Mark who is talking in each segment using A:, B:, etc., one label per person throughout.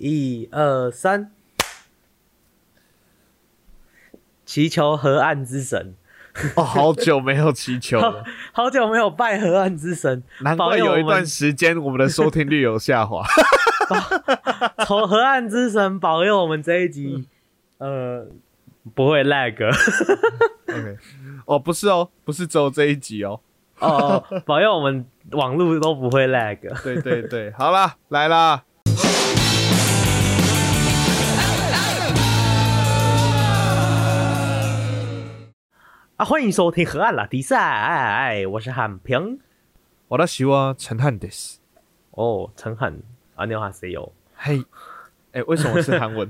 A: 一二三，祈求河岸之神，
B: 哦，好久没有祈求
A: 好
B: 了，
A: 好久没有拜河岸之神，
B: 难
A: 保
B: 怪
A: 佑
B: 有一
A: 我们
B: 段时间我们的收听率有下 滑。
A: 从河岸之神保佑我们这一集，
B: 嗯
A: 呃，不会 lag，
B: OK，哦，不是哦，不是只有这一集 哦。
A: 哦，保佑我们网路都不会 lag。
B: 对对 对，好啦，来啦。
A: 啊，欢迎收听河岸拉迪赛，哎我是汉平。
B: 我的希望陈汉的是，
A: 哦，陈汉，阿牛哈谁哦有？
B: 嘿，哎，为什么是韩 文？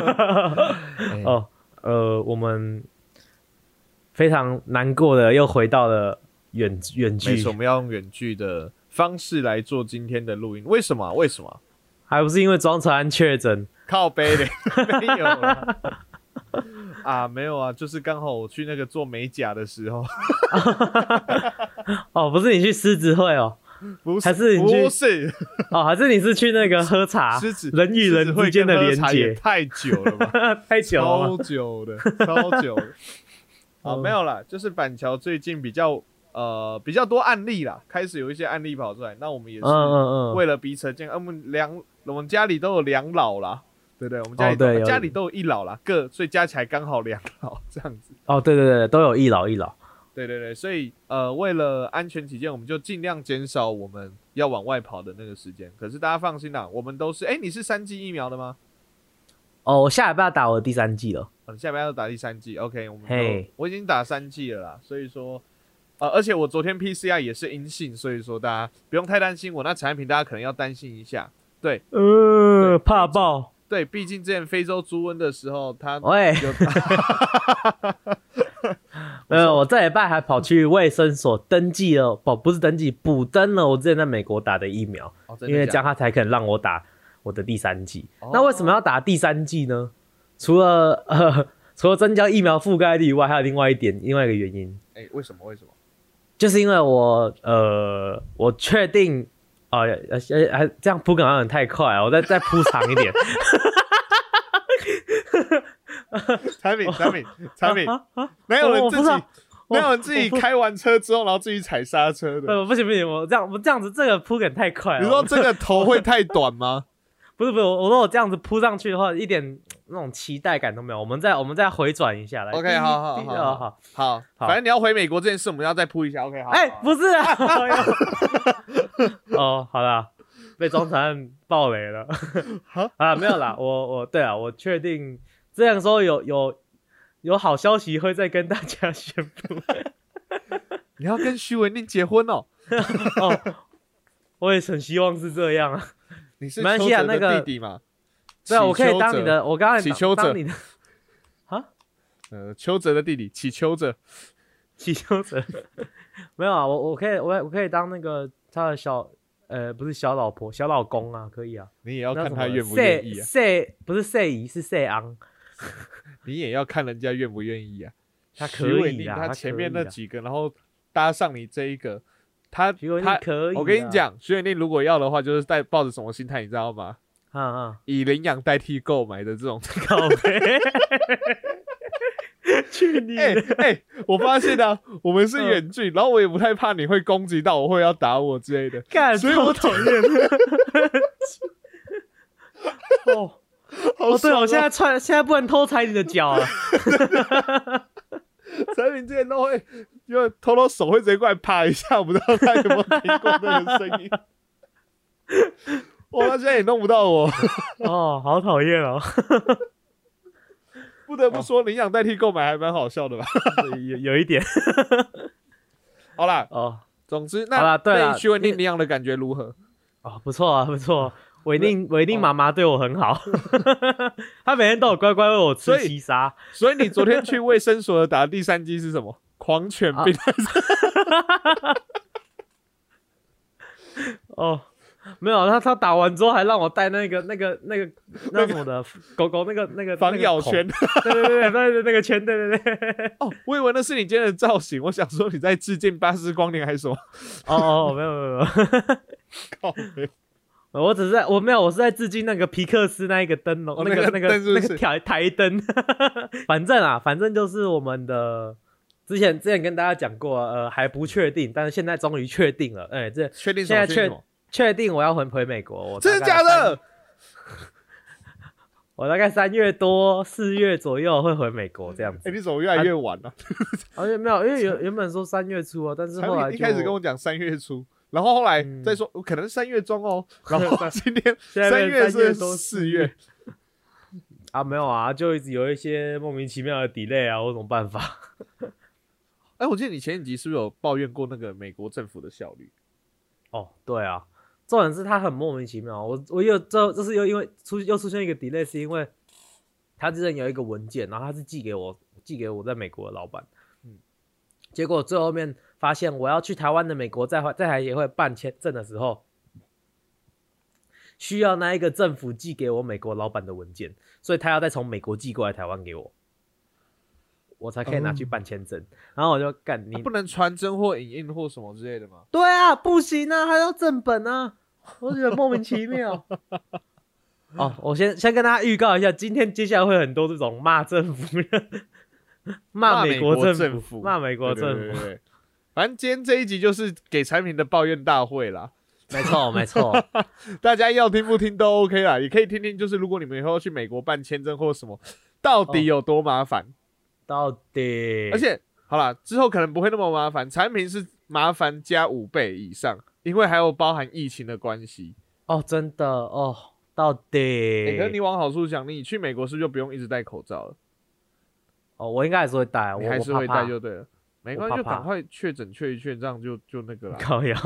B: 哎
A: 哦，呃，我们非常难过的又回到了远远
B: 没
A: 距，
B: 错，我们要用远距的方式来做今天的录音。为什么啊？为什么？
A: 还不是因为庄传安确诊。
B: 靠 背的没有啦啊，没有啊，就是刚好我去那个做美甲的时候，
A: 哦，不是你去狮子会哦，
B: 不是
A: 还是你去
B: 不是
A: 哦，还是你是去那个喝茶？
B: 狮子
A: 人与
B: 狮子
A: 人
B: 会
A: 之间的
B: 跟喝
A: 连
B: 茶
A: 接，
B: 也太久了吧？
A: 太久了嗯吗。
B: 超久的，超久 的。啊，
A: 嗯
B: 没有啦，就是板桥最近比较呃比较多案例啦，开始有一些案例跑出来。那我们也
A: 嗯
B: 是
A: 嗯嗯，
B: 为了彼此的健康，啊我们两我们家里都有两老啦，对不对？我们家里
A: 哦对
B: 都
A: 有
B: 家里都有一老啦，各所以加起来刚好两老这样子。
A: 哦，对对对，都有一老一老。
B: 对对对，所以呃为了安全起见，我们就尽量减少我们要往外跑的那个时间。可是大家放心啦，我们都是哎，你是三剂疫苗的吗？
A: 哦，我下礼拜要打我的第三季了。
B: 嗯，下边要打第三季，OK，我们
A: 嘿
B: 就我已经打三季了啦，所以说，呃，而且我昨天 PCR 也是阴性，所以说大家不用太担心我那产品，大家可能要担心一下。
A: 呃，怕爆。
B: 对，毕竟之前非洲猪瘟的时候，它
A: 喂，
B: 有
A: 呃，我这礼拜还跑去卫生所登记了，不不是登记，补登了我之前在美国打的疫苗，
B: 哦、真
A: 因为
B: 的
A: 这
B: 假
A: 样他才肯让我打我的第三剂。
B: 哦
A: 那为什么要打第三剂呢？除了呃， 除了增加疫苗覆盖率以外，还有另外一点，另外一个原因，
B: 的哎，为什么为什么？
A: 就是因为我呃，我确定。哦，呃呃，还这样铺梗好像有点太快啊了，我再再铺长 一点。
B: 产品产品产品，
A: 啊啊
B: 哪有人
A: 我
B: 自
A: 不知
B: 己
A: 道我
B: 哪有人自己开完车之后，然后自己踩刹车的？
A: 呃，不行不行，我这样我这样子这个铺梗太快了。
B: 你说这
A: 哦
B: 个头会太短 吗？
A: 不是不是，我我如果这样子扑上去的话，一点那种期待感都没有。我们再我们再回转一下来。
B: OK，
A: 滴
B: 好好
A: 滴
B: 好
A: 哦好。
B: 好，
A: 好
B: 反正你要回美国这件事，我们要再铺一下。OK，好，
A: 哎，
B: 好
A: 不是 啊。哦，好啦，被庄传爆雷 了。啊，没有啦，我我对啊，我确定这样说有有有好消息会再跟大家宣布。
B: 你要跟徐文宁结婚哦。
A: 哦，我也很希望是这样啊。
B: 你是
A: 没关系啊
B: 邱泽
A: 那个
B: 弟弟嘛？
A: 对啊，我可
B: 祈
A: 以
B: 求
A: 当你
B: 者，
A: 的，我刚
B: 祈
A: 才
B: 求
A: 当
B: 者
A: 当你的
B: 呃，邱泽的弟弟，祈求者。
A: 祈求者。没有啊，我我可以我我可以当那个他的小呃不是小老婆小老公啊，可以啊。
B: 你也要
A: 那
B: 看
A: 什
B: 他
A: 么
B: 愿不愿意
A: 谢
B: 啊，
A: 谢不是谢姨是谢昂，
B: 你也要看人家愿不愿意啊。
A: 他
B: 徐
A: 可以
B: 伟宁
A: 啦
B: 他
A: 他
B: 前
A: 可
B: 面
A: 以
B: 那
A: 啦
B: 几个，然后搭上你这一个，他
A: 徐文
B: 他
A: 宁可以。
B: 我跟你，讲，徐伟宁如果要的话，就是带抱着什么心态，你知道吗？
A: 啊啊，
B: 以领养代替购买的这 种。
A: 靠背， 去你
B: 哎
A: 的！
B: 哎，我发现啊，我们是
A: 嗯
B: 远距，然后我也不太怕你会攻击到我，或者要打我之类的。
A: 干，
B: 所以
A: 超
B: 我
A: 讨厌 的。哦
B: 好
A: 哦，对，
B: 爽
A: 我
B: 哦
A: 现在穿，现在不能偷踩你的脚啊！
B: 产品之前都会，因为偷偷手会直接过来啪一下，我不知道他有没有听过那个声 音。我他现在也弄不到我，
A: 哦，好讨厌哦，
B: 不得不说，领养代替购买还蛮好笑的吧？
A: 有有一点
B: 好啦，
A: 哦
B: 总之
A: 好
B: 那
A: 啦对啦
B: 于徐文宁领养的感觉如何？
A: 哦，不错啊，不错。维定维定
B: 哦
A: 妈妈对我很好， 她每天都有乖乖喂我吃
B: 所以
A: 西沙。
B: 所以你昨天去卫生所打的第三剂是什么？狂犬
A: 啊
B: 病？
A: 哦，没有，他他打完之后还让我带那个那个那个那什么的狗狗那个那个
B: 防咬，圈？
A: 那个孔对对对对对那个圈，对对对。
B: 哦，我以为那是你今天的造型，我想说你在
A: 哦
B: 致敬巴斯光年还是什么？
A: 哦哦，没有没有没有，
B: 靠北
A: 我只是在我没有，我是在致敬那个皮克斯那一个灯笼、
B: 哦
A: 那个
B: 那
A: 那
B: 个
A: 个
B: 灯是不
A: 那
B: 是
A: 个台台灯。 反正啊，反正就是我们的之前之前跟大家讲过啊，呃，还不确定，但是现在终于确定了，哎、这
B: 确定什
A: 现在
B: 么？确定
A: 确
B: 什么？
A: 确定我要回回美国，我
B: 真的
A: 大概
B: 假的
A: 三？？我大概三月多四月左右会回美国这样
B: 哎、
A: 子，
B: 你怎么越来越晚了、
A: 而且没有，因为原原本说三月初啊，但是
B: 才
A: 后来
B: 一开始
A: 就
B: 跟我讲三月初，然后后来
A: 嗯
B: 再说、可能三月中哦， 然后今天
A: 现在
B: 三
A: 变
B: 月
A: 成
B: 是
A: 多
B: 四月，
A: 啊，没有啊，就一直有一些莫名其妙的 delay 啊，我有什么办法？
B: 哎、我记得你前几集是不是有抱怨过那个美国政府的效率？
A: 哦，对啊，重点是他很莫名其妙。我我又这这是又因为出又出现一个 delay，是因为他之前有一个文件，然后他是寄给我寄给我在美国的老板，
B: 嗯
A: 嗯，结果最后面发现我要去台湾的美国在华在台协会办签证的时候。需要那一个政府寄给我美国老板的文件，所以他要再从美国寄过来台湾给我，我才可以拿去
B: 哦
A: 办签证。然后我就干你
B: 啊不能传真或影印或什么之类的吗？
A: 对啊，不行啊，还要正本啊，我觉得莫名其妙。 哦，我先先跟大家预告一下，今天接下来会很多这种骂政府的、骂美
B: 国
A: 政
B: 政
A: 府、骂美国
B: 对对
A: 政
B: 对
A: 府，
B: 对 对反正今天这一集就是给产品的抱怨大会啦，
A: 没错没 错。
B: 大家要听不听都 OK 啦，也可以听听，就是如果你们以后要去美国办签证或什么，到底有多麻烦？
A: 到底，
B: 而且好啦，之后可能不会那么麻烦，产品是麻烦加五倍以上，因为还有包含疫情的关系。
A: 哦，真的哦，到
B: 欸
A: 底
B: 可是，你往好处想，你去美国是不是就不用一直戴口罩了？
A: 哦，我应该还是会戴，
B: 你
A: 我
B: 还是会
A: 我怕
B: 戴
A: 怕
B: 就对了。没关
A: 我怕
B: 系，就
A: 怕
B: 赶快确诊确一确，这样就就那个啦。
A: 靠呀，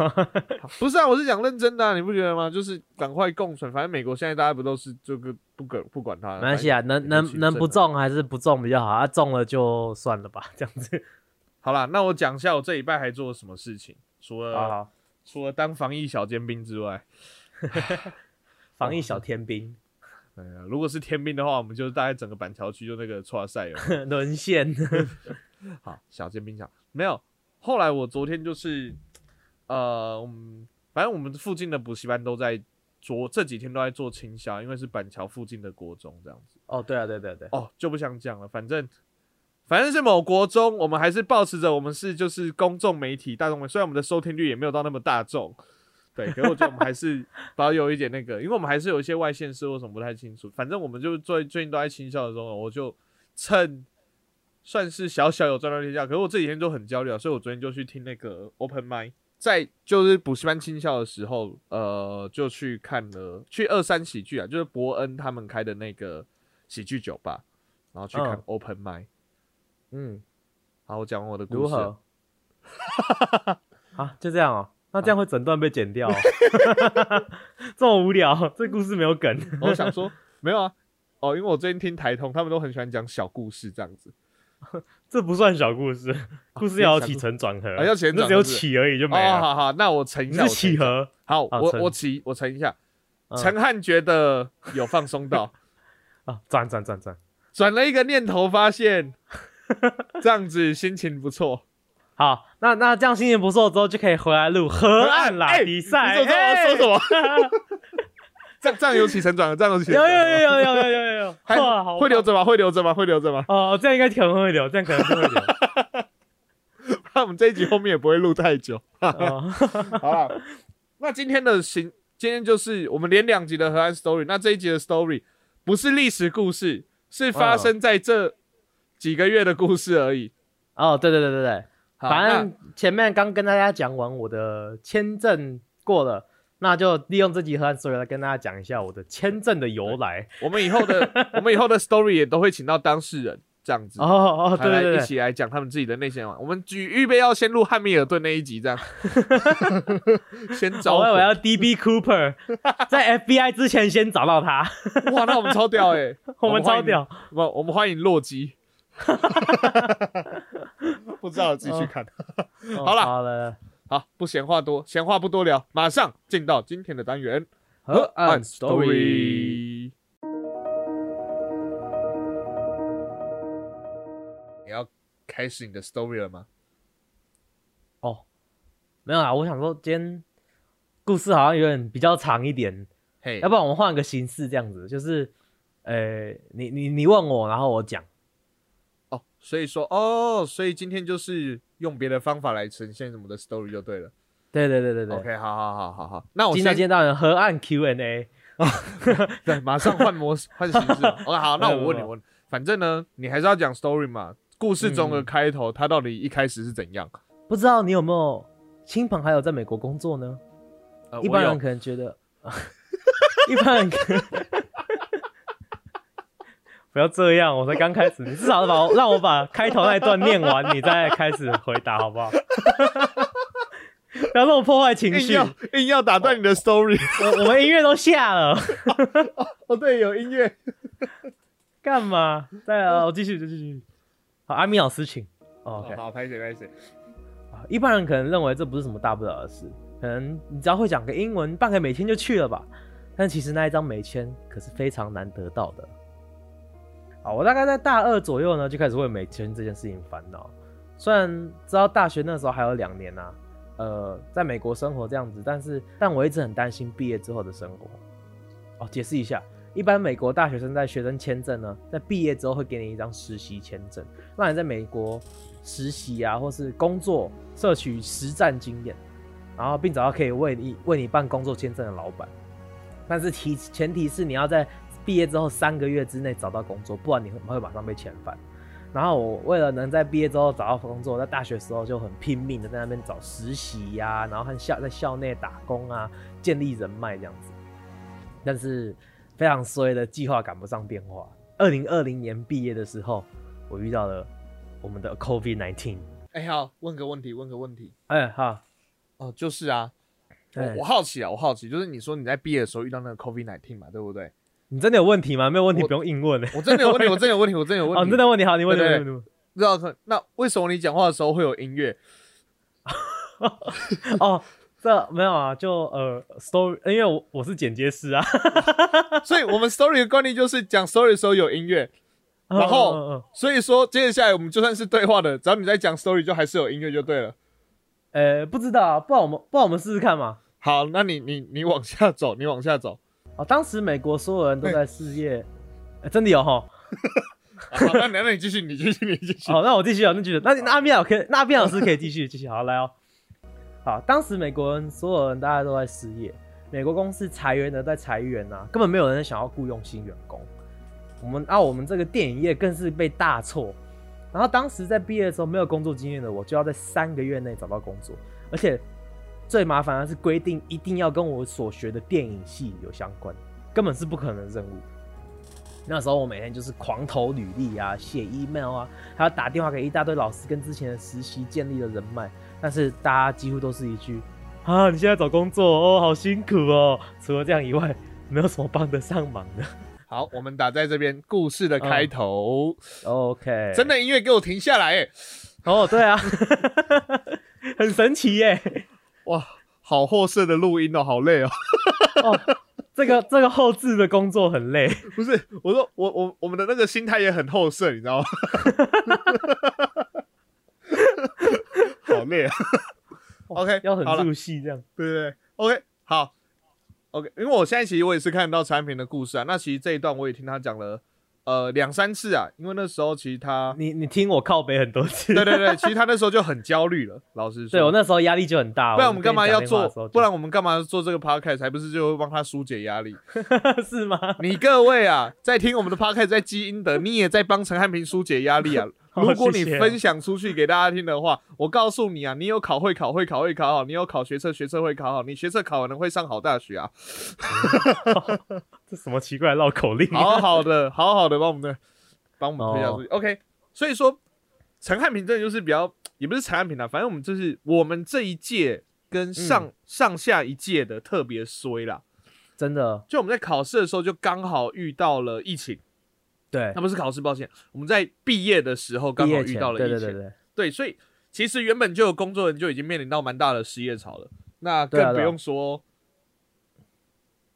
B: 不是啊，我是讲认真的、啊，你不觉得吗？就是赶快共存，反正美国现在大家不都是这个不管不管它了，
A: 没关系啊，
B: 反
A: 能
B: 正也没
A: 能
B: 轻
A: 能
B: 症
A: 不
B: 啊。
A: 中还是不中比较好，啊，中了就算了吧，这样子。
B: 好啦，那我讲一下我这礼拜还做了什么事情，除了、
A: 好好，
B: 除了当防疫小尖兵之外，
A: 防疫小天兵
B: 哎呀，如果是天兵的话，我们就大概整个板桥区就那个错赛了。
A: 沦陷。
B: 好，小尖兵讲没有。后来我昨天就是，呃，我们反正我们附近的补习班都在昨这几天都在做清销，因为是板桥附近的国中这样子。
A: 哦，对啊，对对对，
B: 哦，就不想讲了，反正反正是某国中，我们还是保持着我们是就是公众媒体大众媒体，虽然我们的收听率也没有到那么大众，对，可是我觉得我们还是保有一点那个，因为我们还是有一些外县市或什么不太清楚，反正我们就是最最近都在清校的时候，我就趁。算是小小有赚到天下，可是我这几天就很焦虑啊，所以我昨天就去听那个 open m i d 在就是补习班清校的时候，呃，就去看了去二三喜剧啊，就是伯恩他们开的那个喜剧酒吧，然后去看
A: 嗯
B: open m i d
A: 嗯，
B: 好，我讲完我的故事。
A: 如何？啊，就这样哦、那这样会整段被剪掉、哦，这么无聊，这故事没有梗。
B: 我想说， 没有啊，哦，因为我最近听台通，他们都很喜欢讲小故事这样子。
A: 这不算小故事，故事要有起承转合，
B: 啊要起承
A: 这
B: 转合
A: 只有起而已就没
B: 哦，
A: 了。
B: 好好，那我乘一
A: 你
B: 下。
A: 是
B: 我乘一
A: 起
B: 下
A: 合，
B: 好，
A: 啊
B: 我
A: 乘
B: 我乘我乘一下。
A: 嗯
B: 陈汉觉得有放松到，
A: 啊，转转转转，
B: 转了一个念头，发现这样子心情不错。
A: 好，那那这样心情不错之后，就可以回来录河岸啦、
B: 哎
A: 比赛。
B: 你怎么知道我要说什
A: 么？
B: 么？这样这样有起承转合，这样有起
A: 有
B: 承转
A: 有
B: 合。
A: 有有有有有有有，
B: 还
A: 哇，好
B: 会留
A: 棒
B: 着吗？会留着吗？会留着吗？
A: 哦，这样应该可能会留，这样可能是会留。
B: 那我们这一集后面也不会录太 久。
A: 哦
B: 好了，那今天的行，今天就是我们连两集的河岸 story。那这一集的 story 不是历史故事，是发生在这几个月的故事而已。
A: 哦，对对对对对，
B: 好
A: 反正前面刚跟大家讲完我的签证过了，那就利用这集和所有来跟大家讲一下我的签证的由来。
B: 那我们以后的我们以后的 story 也都会请到当事人这样子。
A: 哦哦，
B: 还
A: 对对
B: 来一
A: 对对，
B: 起来讲他们自己的内心嘛。我们举预备要先录汉密尔顿那一集，这样 先找
A: 我哦要我要 DB Cooper，在 FBI 之前先找到他，
B: 哇，那我们超屌哎、
A: 我们超屌。
B: 不，我们欢迎洛基。 不知道自己去看。
A: 哦
B: 好啦
A: 好了，
B: 好，不闲话多，闲话不多聊，马上进到今天的单元
A: 河岸 Story。。
B: 你要开始你的 story 了吗？
A: 没有啊，我想说今天故事好像有点比较长一点，
B: 嘿，
A: 要不然我们换个形式，这样子就是，呃，你你你问我，然后我讲，
B: 哦，所以说哦，所以今天就是用别的方法来呈现我们的 story 就对了。
A: 对对对对对。
B: OK，好好好好好，那我
A: 今天
B: 先
A: 见到人河岸 Q&A，
B: 对，马上换 模式换形式。OK，好，那
A: 没有
B: 我
A: 没
B: 问 你，
A: 有
B: 问你，反正呢，你还是要讲 story 嘛。故事中
A: 嗯
B: 的开头，它到底一开始是怎样？
A: 不知道你有没有亲朋好友在美国工作呢？
B: 呃
A: 一般
B: 我有
A: 人可能觉得，一般人可 不要这样，我才刚开始，你至少把我让我把开头那一段念完，你再开始回答好不 好？不要那么破坏情
B: 硬
A: 绪，
B: 要
A: 我
B: 硬要打断你
A: 哦
B: 的 story。
A: 我们音乐都下了，
B: 哦，对，有音乐。
A: 干嘛？再来，啊我继续，继续继续。好，阿米老师请。哦 OK，
B: 哦好，拍谁拍谁。
A: 啊一般人可能认为这不是什么大不了的事，可能你只要会讲个英文，办个美签就去了吧。但其实那一张美签可是非常难得到的。好，我大概在大二左右呢，就开始为美签这件事情烦恼。虽然知道大学那时候还有两年呐、呃，在美国生活这样子，但是但我一直很担心毕业之后的生活。哦，解释一下，一般美国大学生在学生签证呢，在毕业之后会给你一张实习签证，让你在美国实习啊，或是工作，摄取实战经验，然后并找到可以为你为你办工作签证的老板。但是提前提是你要在毕业之后三个月之内找到工作，不然你会会马上被遣返。然后我为了能在毕业之后找到工作，在大学时候就很拼命的在那边找实习呀、然后和校在校内打工啊，建立人脉这样子。但是非常衰的计划赶不上变化。二零二零年毕业的时候，我遇到了我们的 COVID nineteen。
B: 哎，好，问个问题，问个问题。
A: 哎、好，
B: 哦，就是啊，
A: 哎
B: 我我好奇啊，我好奇，就是你说你在毕业的时候遇到那个 COVID 1 9嘛，对不对？
A: 你真的有问题吗？没有问题，
B: 我
A: 不用硬问、欸。
B: 我真的有 问题，我真的有问题，我真的有问
A: 哦，
B: 题。
A: 你真的有问题，好，你问，你
B: 对
A: 问，你
B: 对
A: 问你问。
B: 不知道可那为什么你讲话的时候会有音乐？
A: 哦，这没有啊，就呃，story，因为我我是剪接师啊，
B: 所以我们 story 的惯例就是讲 story 的时候有音乐， 然后
A: 嗯嗯嗯
B: 所以说接下来我们就算是对话的，只要你在讲 story 就还是有音乐就对了。
A: 呃，不知道啊，不然我们不然我们试试看嘛。
B: 好，那你你你往下走，你往下走。
A: 哦，当时美国所有人都在事业，呃真的有哈。
B: 好，那你那你继续，你继续，你继续。
A: 好， 那我继续啊，那继续。那你那阿斌老可以，那阿斌老师可以继续继续。好，来哦。好，当时美国人所有人大家都在失业，美国公司裁员的在裁员啊，根本没有人想要雇佣新员工。我们啊，我们这个电影业更是被大错。然后当时在毕业的时候没有工作经验的我，就要在三个月内找到工作，而且最麻烦的是规定一定要跟我所学的电影系有相关，根本是不可能的任务。那时候我每天就是狂投履历啊，写 email 啊，还要打电话给一大堆老师，跟之前的实习建立了人脉。但是大家几乎都是一句：“啊，你现在找工作哦，好辛苦哦。” 除了这样以外，没有什么帮得上忙的。
B: 好，我们打在这边故事的开头，
A: OK，
B: 真的音乐给我停下来，哎，
A: 哦，对啊， 很神奇耶。
B: 哇，好厚色的录音哦，好累哦。
A: 哦，这个这个后置的工作很累。
B: 不是，我说我我我们的那个心态也很厚色，你知道吗？ 好累啊。OK，
A: 要
B: 好
A: 很
B: 了
A: 入戏这样。
B: 对对对，OK，好，OK，因为我现在其实我也是看到产品的故事啊，那其实这一段我也听他讲了，呃，两三次啊，因为那时候其 实他，
A: 你你听我靠北很多次，
B: 对对对，其实他那时候就很焦虑了， 老实说，
A: 对我那时候压力就很大。
B: 不然我们干嘛要做？不
A: 不然
B: 然我们干嘛要做这个 podcast？还不是就会帮他疏解压力？
A: 是吗？
B: 你各位啊，在听我们的 podcast，在积阴德，你也在帮陈汉平疏解压力啊。
A: 好
B: 如果你
A: 谢谢
B: 分享出去给大家听的话，我告诉你啊，你有考会考会考会考好，你有考学测学测会考好，你学测考完了会上好大学啊。
A: 这什么奇怪的绕口 令？
B: 好好的，好好的帮我们的，帮我们
A: 哦
B: 推销出去。OK，所以说陈汉平真的就是比较，也不是陈汉平啦，反正我们就是我们这一届跟上、
A: 嗯
B: 上下一届的特别衰啦。
A: 真的
B: 就我们在考试的时候，就刚好遇到了疫情，
A: 对
B: 那。不是考试，抱歉，我们在毕业的时候刚
A: 毕
B: 好
A: 业
B: 遇
A: 前
B: 到了疫情，
A: 对对对对，
B: 对，所以其实原本就有工作人就已经面临到蛮大的失业潮了，那
A: 对啊
B: 更不
A: 对啊
B: 用说。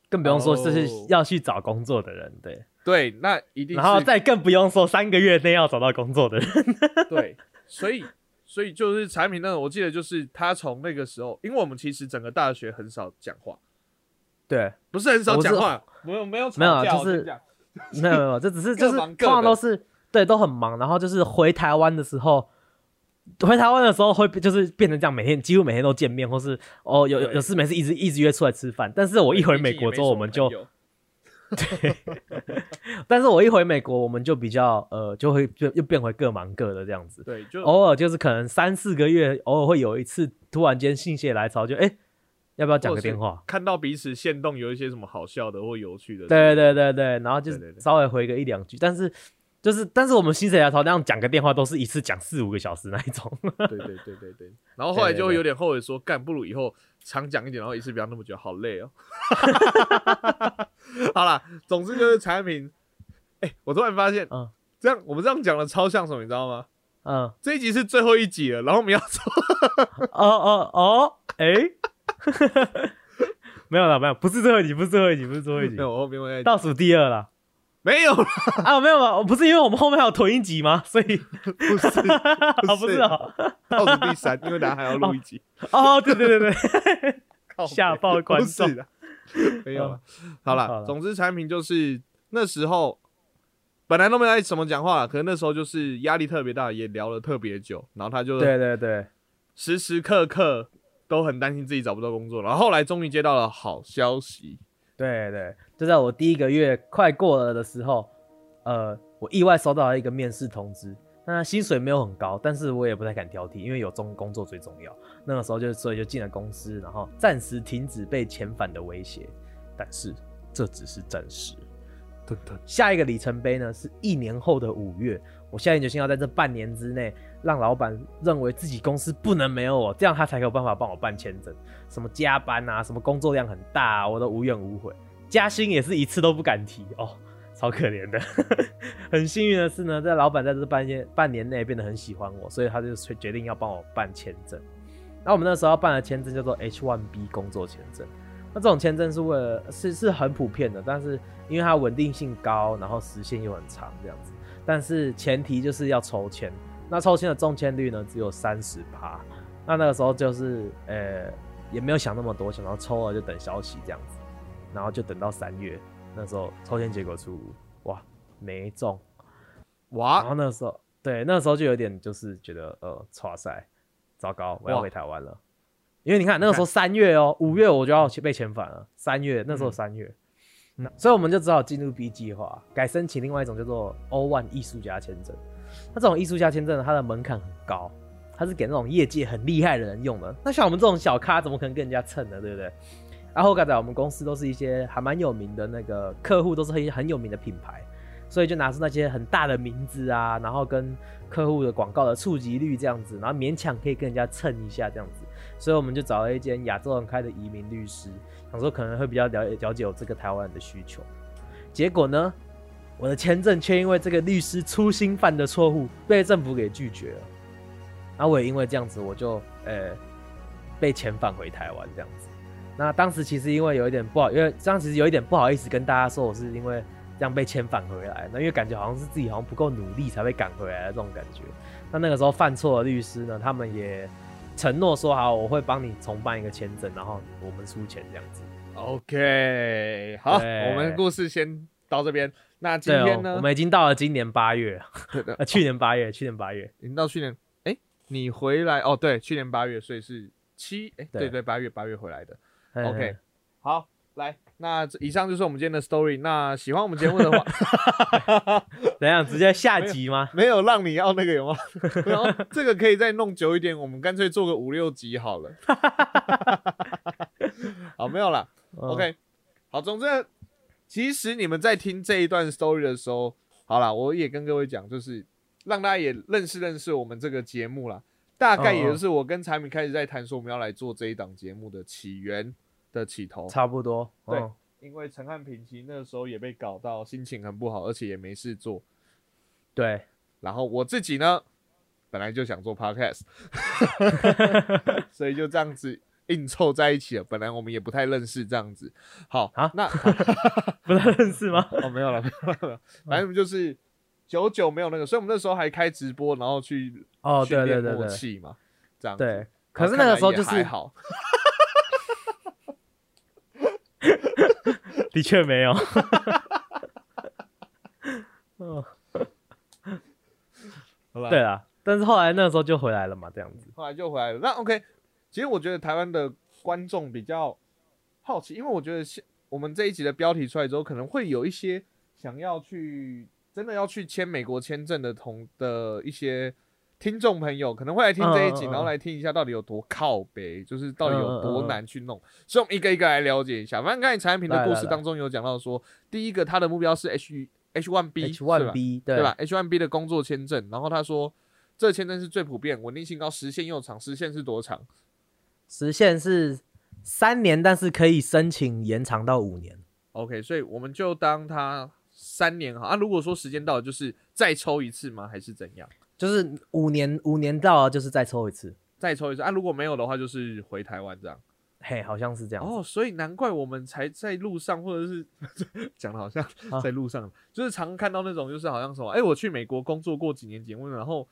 A: 更不用说这是
B: 哦
A: 要去找工作的人，对，
B: 对，那一定是
A: 然后再更不用说三个月内要找到工作 的人，
B: 对，所以所以就是产品那个，我记得就是他从那个时候，因为我们其实整个大学很少讲话，
A: 对，
B: 不是很少
A: 我是
B: 讲话，没有没有吵
A: 没有啊
B: 架
A: 就
B: 我跟你
A: 是
B: 讲
A: 没有没有，这只是
B: 各
A: 就是
B: 忙
A: 通
B: 各
A: 常
B: 的
A: 都是对都很忙，然后就是回台湾的时候，回台湾的时候会就是变成这样，每天几乎每天都见面，或是哦有有
B: 对
A: 有事没事一直一直约出来吃饭。但是我一回美国之后，我们就，但是我一回美国，我们就比较呃就会就又变回各忙各的这样子。
B: 对，就
A: 偶尔就是可能三四个月，偶尔会有一次突然间心血来潮，就哎、要不要讲
B: 或
A: 个
B: 者是
A: 电话？
B: 看到彼此线动有一些什么好笑的或有趣的，
A: 对，对对对，然后就
B: 对对
A: 是
B: 对
A: 稍微回个一两句，但是就是但是我们心血来潮那样讲个电话，都是一次讲四五个小时那一种。
B: 对对对对对。然后后来就会有点后悔说，干不如以后常讲一点，然后一次不要那么久，好累哦。 好啦，总之就是产品。哎、我突然发现，
A: 嗯
B: 这样我们这样讲的超像什么，你知道吗？
A: 嗯，哦
B: 这一集是最后一集了，然后我们要走，
A: 哦哦，哎， 没有了，没有，不是最后一集，不是最后一集，不是最后一集
B: 没，有，我后面会
A: 倒数第二了。
B: 没有了，
A: 啊，没有吧？不是因为我们后面还有囤一集吗？所以
B: 不是
A: 啊，不是哦，
B: 倒数第三，因为大家还要录一集，
A: 哦，对对对对，
B: 靠北
A: 吓爆观
B: 不是
A: 众哦
B: 的，没有了。好
A: 好
B: 了，
A: 啦
B: 总之产品就是那时候本来都没来怎么讲话啦，可是那时候就是压力特别大，也聊了特别久，然后他就
A: 对对对，
B: 时时刻刻都很担心自己找不到工作，然后后来终于接到了好消息，
A: 对对，就在我第一个月快过了的时候，呃，我意外收到了一个面试通知。那薪水没有很高，但是我也不太敢挑剔，因为有中工作最重要。那个时候就所以就进了公司，然后暂时停止被遣返的威胁，但是这只是暂时。
B: 等等，
A: 下一个里程碑呢，是一年后的五月。我下定决心要在这半年之内，让老板认为自己公司不能没有我，这样他才有办法帮我办签证。什么加班啊，什么工作量很大、啊，我都无怨无悔。加薪也是一次都不敢提哦，超可怜的。 很幸运的是呢，在老板在这半年半年内变得很喜欢我，所以他就决定要帮我办签证。那我们那时候要办的签证叫做 H1B 工作签证。那这种签证是为了是是很普遍的，但是因为它稳定性高，然后时限又很长这样子，但是前提就是要抽签。那抽签的中签率呢只有三十趴，那那个时候就是呃也没有想那么多，想到抽了就等消息这样子，然后就等到三月，那时候抽签结果出炉，哇没中，然
B: 哇
A: 后那时候对那时候就有点就是觉得呃，哇塞，糟糕，我要
B: 哇
A: 回台湾了，因为你看那个时候三月哦，五月我就要被遣返了，三月那时候
B: 嗯
A: 三月，那所以我们就只好进入 B 计划，改申请另外一种叫做 O One 艺术家签证。那这种艺术家签证呢，它的门槛很高，它是给那种业界很厉害的人用的。那像我们这种小咖，怎么可能跟人家蹭呢？对不对？然后刚才我们公司都是一些还蛮有名的那个客户，都是很很有名的品牌，所以就拿出那些很大的名字啊，然后跟客户的广告的触及率这样子，然后勉强可以跟人家蹭一下这样子。所以我们就找了一间亚洲人开的移民律师，想说可能会比较了解了解我这个台湾人的需求。结果呢，我的签证却因为这个律师粗心犯的错误被政府给拒绝了。然后我也因为这样子，我就呃被遣返回台湾这样子。那当时其实因为有一点不好，因为这样其实有一点不好意思跟大家说我是因为这样被遣返回来，那因为感觉好像是自己好像不够努力才被赶回来的这种感觉。那那个时候犯错的律师呢，他们也承诺说好，我会帮你重办一个签证，然后我们出钱这样子。
B: ，OK，好，
A: 对
B: 我们故事先到这边。那今
A: 对哦
B: 天呢？
A: 我们已经到了今年八月 了，
B: 对的
A: 呃，去年八月，去年八月，
B: 已经到去年，哎、你回来哦，对，去年八月，所以是七，哎、
A: 对
B: 对对，八月八月回来的。
A: 嗯
B: OK，好，来，那这以上就是我们今天的 story。那喜欢我们节目的话，
A: 哎怎样？直接下集吗？
B: 没有让你要那个有吗？然后这个可以再弄久一点，我们干脆做个五六集好了。 好，没有啦。
A: 嗯
B: OK，好，总之呢，其实你们在听这一段 story 的时候，好啦，我也跟各位讲，就是让大家也认识认识我们这个节目啦。大概
A: 嗯
B: 也
A: 嗯
B: 就是我跟产品开始在谈说我们要来做这一档节目的起源的起头，
A: 差不多。
B: 对
A: 嗯
B: 因为陈汉平其实那时候也被搞到心情很不好，而且也没事做。
A: 对，
B: 然后我自己呢，本来就想 做 podcast，所以就这样子硬凑在一起了。本来我们也不太认识，这样子。好，
A: 啊
B: 那
A: 不太认识吗？
B: 哦，没有了，没有了没有了，
A: 嗯
B: 反正就是久久没有那个，所以我们那时候还开直播，然后去
A: 哦，对
B: 训
A: 对
B: 练
A: 对
B: 默
A: 对
B: 契嘛，这样子。
A: 对。
B: 然
A: 可
B: 后
A: 是
B: 看
A: 那个
B: 来
A: 时候
B: 也
A: 就是
B: 还好，
A: 的确没有。嗯，
B: 好吧
A: 对啦，但是后来那时候就回来了嘛，这样子。
B: 后来就回来了。那 OK，其实我觉得台湾的观众比较好奇，因为我觉得现我们这一集的标题出来之后，可能会有一些想要去真的要去签美国签证的同的一些听众朋友，可能会来听这一集，
A: 嗯嗯嗯
B: 然后来听一下到底有多靠北，就是到底有
A: 嗯嗯嗯
B: 多
A: 嗯
B: 难去弄。所以我们一个一个来了解一下。反正刚才产品的
A: 来
B: 故
A: 来
B: 事
A: 来
B: 当中有讲到说，第一个他的目标是 H H one B
A: H one B 对
B: 对吧？H1B 的工作签证，然后他说这签证是最普遍，稳定性高，时限又长，时限是多长？
A: 时限是三年，但是可以申请延长到五年。
B: OK，所以我们就当它三年好啊。如果说时间到了，就是再抽一次吗？还是怎样？
A: 就是五年，五年到了就是再抽一次。
B: 再抽一次啊？如果没有的话，就是回台湾这样。
A: 嘿，好像是这样子。
B: 哦，所以难怪我们才在路上，或者是 讲的好像
A: 啊
B: 在路上，就是常看到那种，就是好像什么，哎、我去美国工作过几年结婚，然后。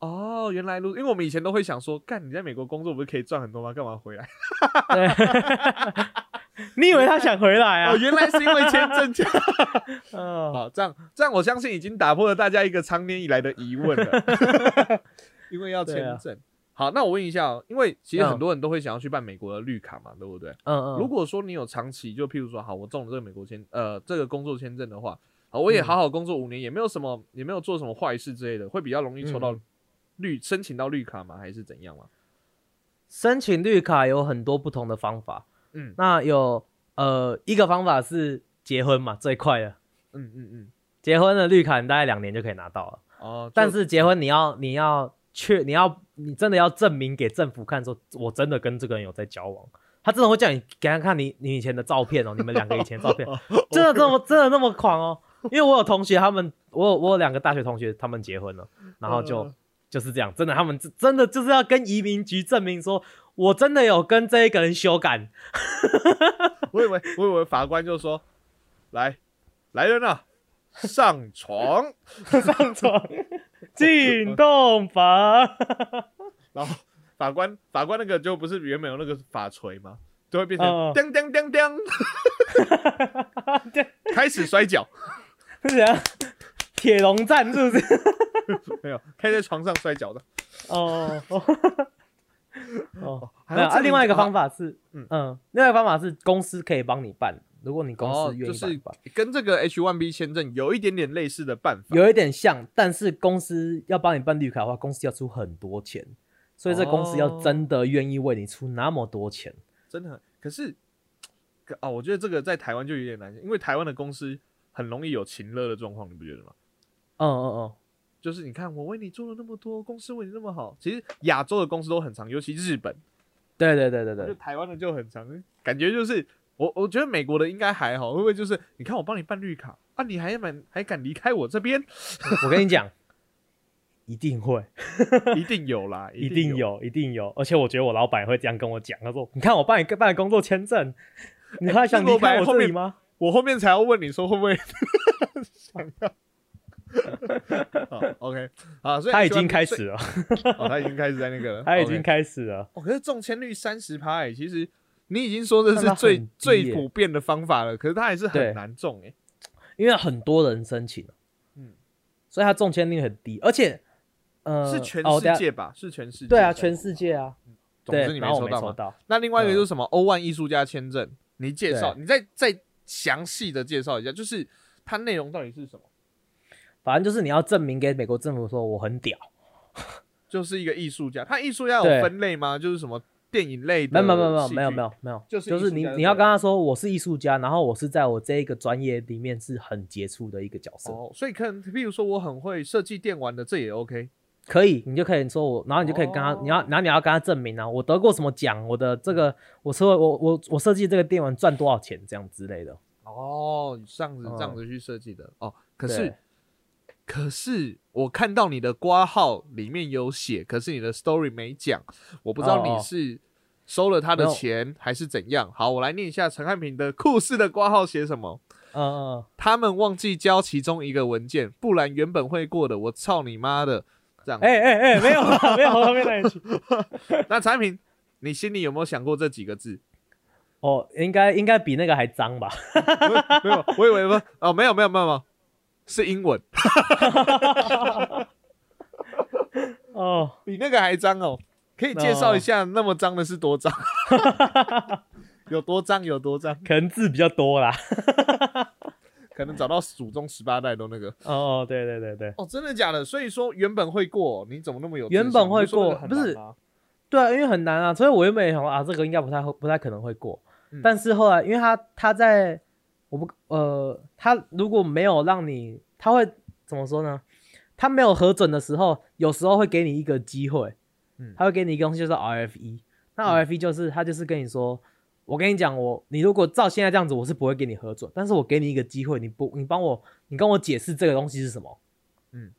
B: 哦，原来路，因为我们以前都会想说，干你在美国工作不是可以赚很多吗？干嘛回来？
A: 对， 你以为他想回来啊
B: 哦，？原来是因为签证加 哦
A: 嗯，
B: 好，这样这样，我相信已经打破了大家一个常年以来的疑问了， 因为要签
A: 对啊
B: 证。好，那我问一下、哦，因为其实
A: 嗯
B: 很多人都会想要去办美国的绿卡嘛，对不对？
A: 嗯嗯。
B: 如果说你有长期，就譬如说，好，我中了这个美国签，呃，这个工作签证的话，好，我也
A: 嗯
B: 好好工作五年，也没有什么，也没有做什么坏事之类的，会比较容易抽到
A: 嗯
B: 绿、申请到绿卡吗？还是怎样吗？
A: 申请绿卡有很多不同的方法。
B: 嗯
A: 那有呃一个方法是结婚嘛，最快的，
B: 嗯嗯嗯，
A: 结婚的绿卡你大概两年就可以拿到了。
B: 哦，就
A: 但 是结婚你要你要确你要你真的要证明给政府看说，我真的跟这个人有在交往。他真的会叫你给他看你你以前的照片哦，你们两个以前的照 片，真的这么真的那么狂哦？因为我有同学，他们我有我有两个大学同学，他们结婚了，然后就、
B: 嗯
A: 就是这样，真的他们真真的就是要跟移民局证明说，我真的有跟这一个人修 改，
B: 我以为我以为法官就说，来来人啊，上床。
A: 上床进洞房，
B: 然后法官法官那个就不是原本有那个法锤吗？就会变
A: 嗯嗯
B: 成叮叮叮 叮，
A: 对，
B: 开始摔跤，
A: 是怎样？铁笼战是不是？
B: 没有开在床上摔跤的。
A: 哦哦哦，
B: 还
A: 没有
B: 要证
A: 啊。
B: 明
A: 另外一个
B: 他
A: 方法是，
B: 嗯
A: 嗯另外一个方法是公司可以帮你办，如果你公
B: 哦
A: 司，愿
B: 就
A: 意帮你
B: 是
A: 办。
B: 跟这个 H1B 签证有一点点类似的办法。
A: 有一点像，但是公司要帮你办绿卡的话，公司要出很多钱，所以这公司
B: 哦
A: 要真的愿意为你出那么多钱。
B: 真的很，可是可哦，我觉得这个在台湾就有点难，因为台湾的公司很容易有情乐的状况，你不觉得吗？
A: 嗯嗯
B: 就是你看，我为你做了那么多，公司为你那么好。其实亚洲的公司都很长，尤其日本，
A: 嗯，对对对对
B: 就
A: 对，
B: 台湾的就很长，感觉就是我我觉得美国的应该还好，会不会就是你看我帮你办绿卡啊，你还蛮还敢离开我这边，
A: 我跟你讲，一定会，
B: 一定有啦，
A: 一
B: 定
A: 定有，一定有，而且我觉得我老板会这样跟我讲，他说：“你看我帮你办工作签证，你还想
B: 哎那个
A: 离
B: 我本来
A: 开我
B: 后
A: 这
B: 面
A: 里吗
B: 我后面才要问你说会不会 想 要。好，OK，好，？”所以
A: 他已经开
B: 所以
A: 始了，
B: 哦，他已经开始在那个 了，
A: 他已
B: OK
A: 经开始了。
B: 哦，可是中签率三十趴，欸其实你已经说这是
A: 那
B: 最
A: 很低
B: 最
A: 耶
B: 普遍的方法了，可是它还是很
A: 对
B: 难中哎、欸
A: 因为很多人申请，
B: 嗯
A: 嗯，所以他中签率很低，而且，呃，
B: 是全
A: 哦等
B: 世
A: 下
B: 界吧？是全世界，
A: 对啊，全世。界啊，
B: 总
A: 对
B: 之你没
A: 然后我
B: 抽
A: 没
B: 到
A: 抽
B: 吗？
A: 到，嗯
B: 那另外一个就是什么欧万艺术家签证，你介绍，
A: 对
B: 你再再详细的介绍一下，就是它内容到底是什么？
A: 反正就是你要证明给美国政府说我很屌，
B: 就是一个艺术家，它艺术家有
A: 对
B: 分类吗？就是什么电影类
A: 没
B: 的，
A: 有没有没有没有没
B: 有，
A: 有没有，
B: 就是
A: 就
B: 艺术
A: 是
B: 家
A: 你
B: 就
A: 你要
B: 对
A: 跟他说我是艺术家，然后我是在我这一个专业里面是很杰出的一个角色，
B: 哦，所以可能比如说我很会设计电玩的，这也 OK。
A: 可以，你就可以说我，然后你就可以跟他，
B: 哦
A: 你要然后你要跟他证明啊，我得过什么奖，我的这个我设我我我设计这个电玩赚多少钱这样之类的，
B: 哦，这样子
A: 嗯
B: 这样子去设计的哦。可
A: 对
B: 是可是我看到你的挂号里面有写，可是你的 story 没讲，我不知道
A: 哦
B: 你
A: 哦
B: 是收了他的
A: 没有
B: 钱还是怎样。好，我来念一下陈汉平的酷似的挂号写什么。
A: 嗯嗯
B: 他们忘记交其中一个文件，不然原本会过的。我操你妈的！ 这样
A: 嗯，，哎哎哎，没有啦没有，后面那一句，
B: 那产品，你心里有没有想过这几个字？
A: 哦，应该应该比那个还脏吧？
B: 没有，我以为不哦，没有没有没有没有，是英文，
A: 哦，
B: 比那个还脏哦。可以介绍一下那么脏的是 多脏？有多脏？有多脏？
A: 可能字比较多啦。
B: 可能找到祖宗十八代都那个
A: 哦哦，对对对对，
B: 哦，真的假的？所以说原本会过，你怎么那么有自信？
A: 原本会过
B: 你不是说那个很难吗？
A: 对啊，因为很难啊，所以我原本也想说啊，这个应该不太会，不太可能会过。
B: 嗯
A: 但是后来，因为他他在我不呃，他如果没有让你，他会怎么说呢？他没有核准的时候，有时候会给你一个机会，
B: 嗯
A: 他会给你一个东西，就是 RFE。那 RFE 就是他就是跟你说，我跟你讲，我你如果照现在这样子，我是不会给你核准，但是我给你一个机会，你不你帮我，你跟我解释这个东西是什么，
B: 嗯，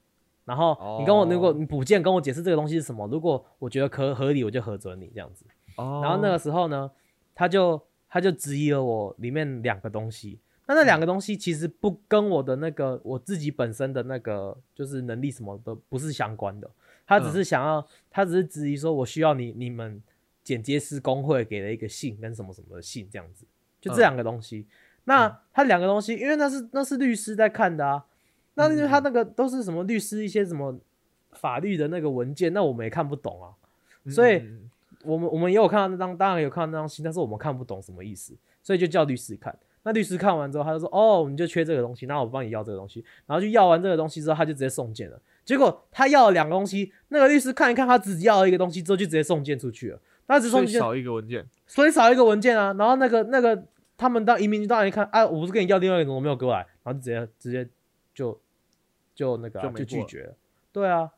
A: 然后你跟我，如果
B: 哦
A: 你补件跟我解释这个东西是什么，如果我觉得可合理，我就核准你这样子。
B: 哦
A: 然后那个时候呢，他就他就质疑了我里面两个东西。那那两个东西其实不跟我的那个我自己本身的那个就是能力什么的不是相关的，他只是想要，他只是质疑说我需要你你们剪接师工会给了一个信跟什么什么的信这样子，就这两个东西。那他两个东西，因为那是那是律师在看的啊，那因为他那个都是什么律师一些什么法律的那个文件，那我们也看不懂啊。所以
B: 嗯
A: 我们我们也有看到那张，当然有看到那张信，但是我们看不懂什么意思，所以就叫律师看。那律师看完之后，他就说：“哦，我们就缺这个东西，那我帮你要这个东西。”然后就要完这个东西之后，他就直接送件了。结果他要了两个东西，那个律师看一看，他只要了一个东西之后，就直接送件出去了。那只
B: 所
A: 送
B: 以
A: 件，
B: 少一个文件，
A: 所以少一个文件啊。然后那个那个他们当移民局当然一看，啊，我不是跟你要另外一个，怎么没有给我来？然后就直接直接就就那个啊、
B: 就没
A: 就拒
B: 过
A: 绝了。对啊，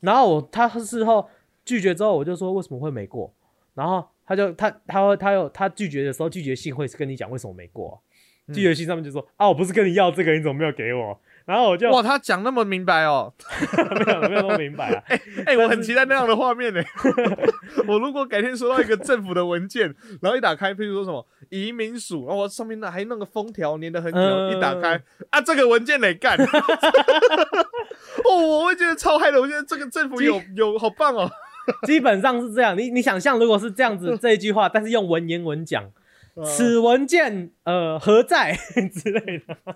A: 然后我他事后拒绝之后，我就说为什么会没过？然后他就他他会他有他拒绝的时候，拒绝信会跟你讲为什么没过啊、
B: 嗯
A: 拒绝信上面就说啊，我不是跟你要这个，你怎么没有给我？然后我就
B: 哇，他讲那么明白哦，
A: 没有没有弄明白啊，
B: 哎、我很期待那样的画 面呢、我如果改天收到一个政府的文件，然后一打开，譬如说什么移民署，然后我上面那还弄个封条粘的很久，
A: 嗯
B: 一打开啊，这个文件得 干。哦，我会觉得超嗨的，我觉得这个政府有有好棒哦。
A: 基本上是这样。你你想象如果是这样 子这一句话，但是用文言文讲，此文件呃何在 之类的，
B: 呃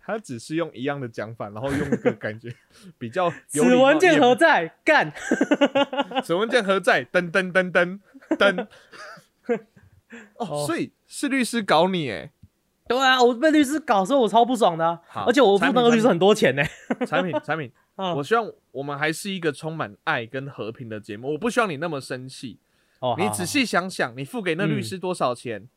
B: 他只是用一样的讲法，然后用一个感 觉比较有礼
A: 此
B: 貌
A: 文件
B: 也
A: 何在干？
B: 此文件何在？噔噔 噔噔噔。哦
A: 哦，
B: 所以是律师搞你哎，
A: 对啊，我被律师搞的时候我超不爽的啊、
B: 好
A: 而且我付
B: 产
A: 那
B: 品
A: 个律师很多钱呢、
B: 产 品产品，
A: 啊
B: 我希望我们还是一个充满爱跟和平的节目。我不希望你那么生气，
A: 哦，
B: 你
A: 好嗯
B: 仔细想想，你付给那律师多少钱？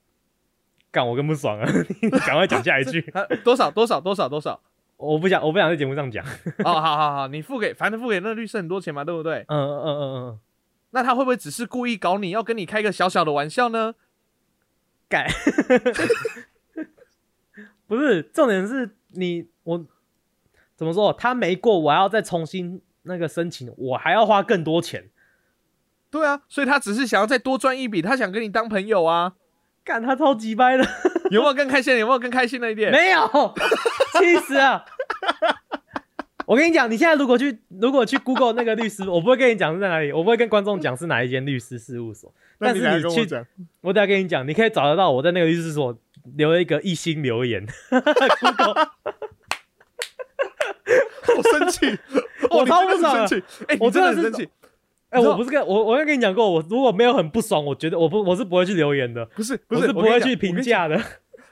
A: 干我更不爽啊！ 你赶快讲下一 句，
B: 他多少多少多少多少？
A: 我不想，我不想在节目上讲。
B: 哦，好好好，你付给反正付给那律师很多钱嘛，对不对？
A: 嗯嗯嗯嗯嗯，
B: 那他会不会只是故意搞你，要跟你开个小小的玩笑呢？
A: 干，不是重点是你我怎么说？他没过，我还要再重新那个申请，我还要花更多钱。
B: 对啊，所以他只是想要再多赚一笔，他想跟你当朋友 啊。
A: 干他超级掰的，
B: 有没有更开心？有没有更开心了一点？
A: 没有，气死啊！我跟你讲，你现在如果去如果去 Google 那个律师，我不会跟你讲是在哪里，我不会跟观众讲是哪一间律师事务所。
B: 那
A: 但
B: 你
A: 是
B: 等下
A: 你
B: 跟我
A: 去
B: 讲，
A: 我等下跟你讲，你可以找得到我在那个律师所留了一个一星留言，Google
B: 好生气，
A: 我
B: 哦你
A: 超
B: 真的
A: 不爽
B: 很
A: 的
B: 生 气，哎，你
A: 我真
B: 真
A: 的
B: 的很
A: 是
B: 生气，
A: 哎、
B: 你知道
A: 我不是跟我，我要跟你讲过，我如果没有很不爽，我觉得我不我是不会去留言的，
B: 不是
A: 我
B: 不是，
A: 是不
B: 我跟
A: 会
B: 你
A: 去
B: 讲我跟
A: 评
B: 你
A: 价的。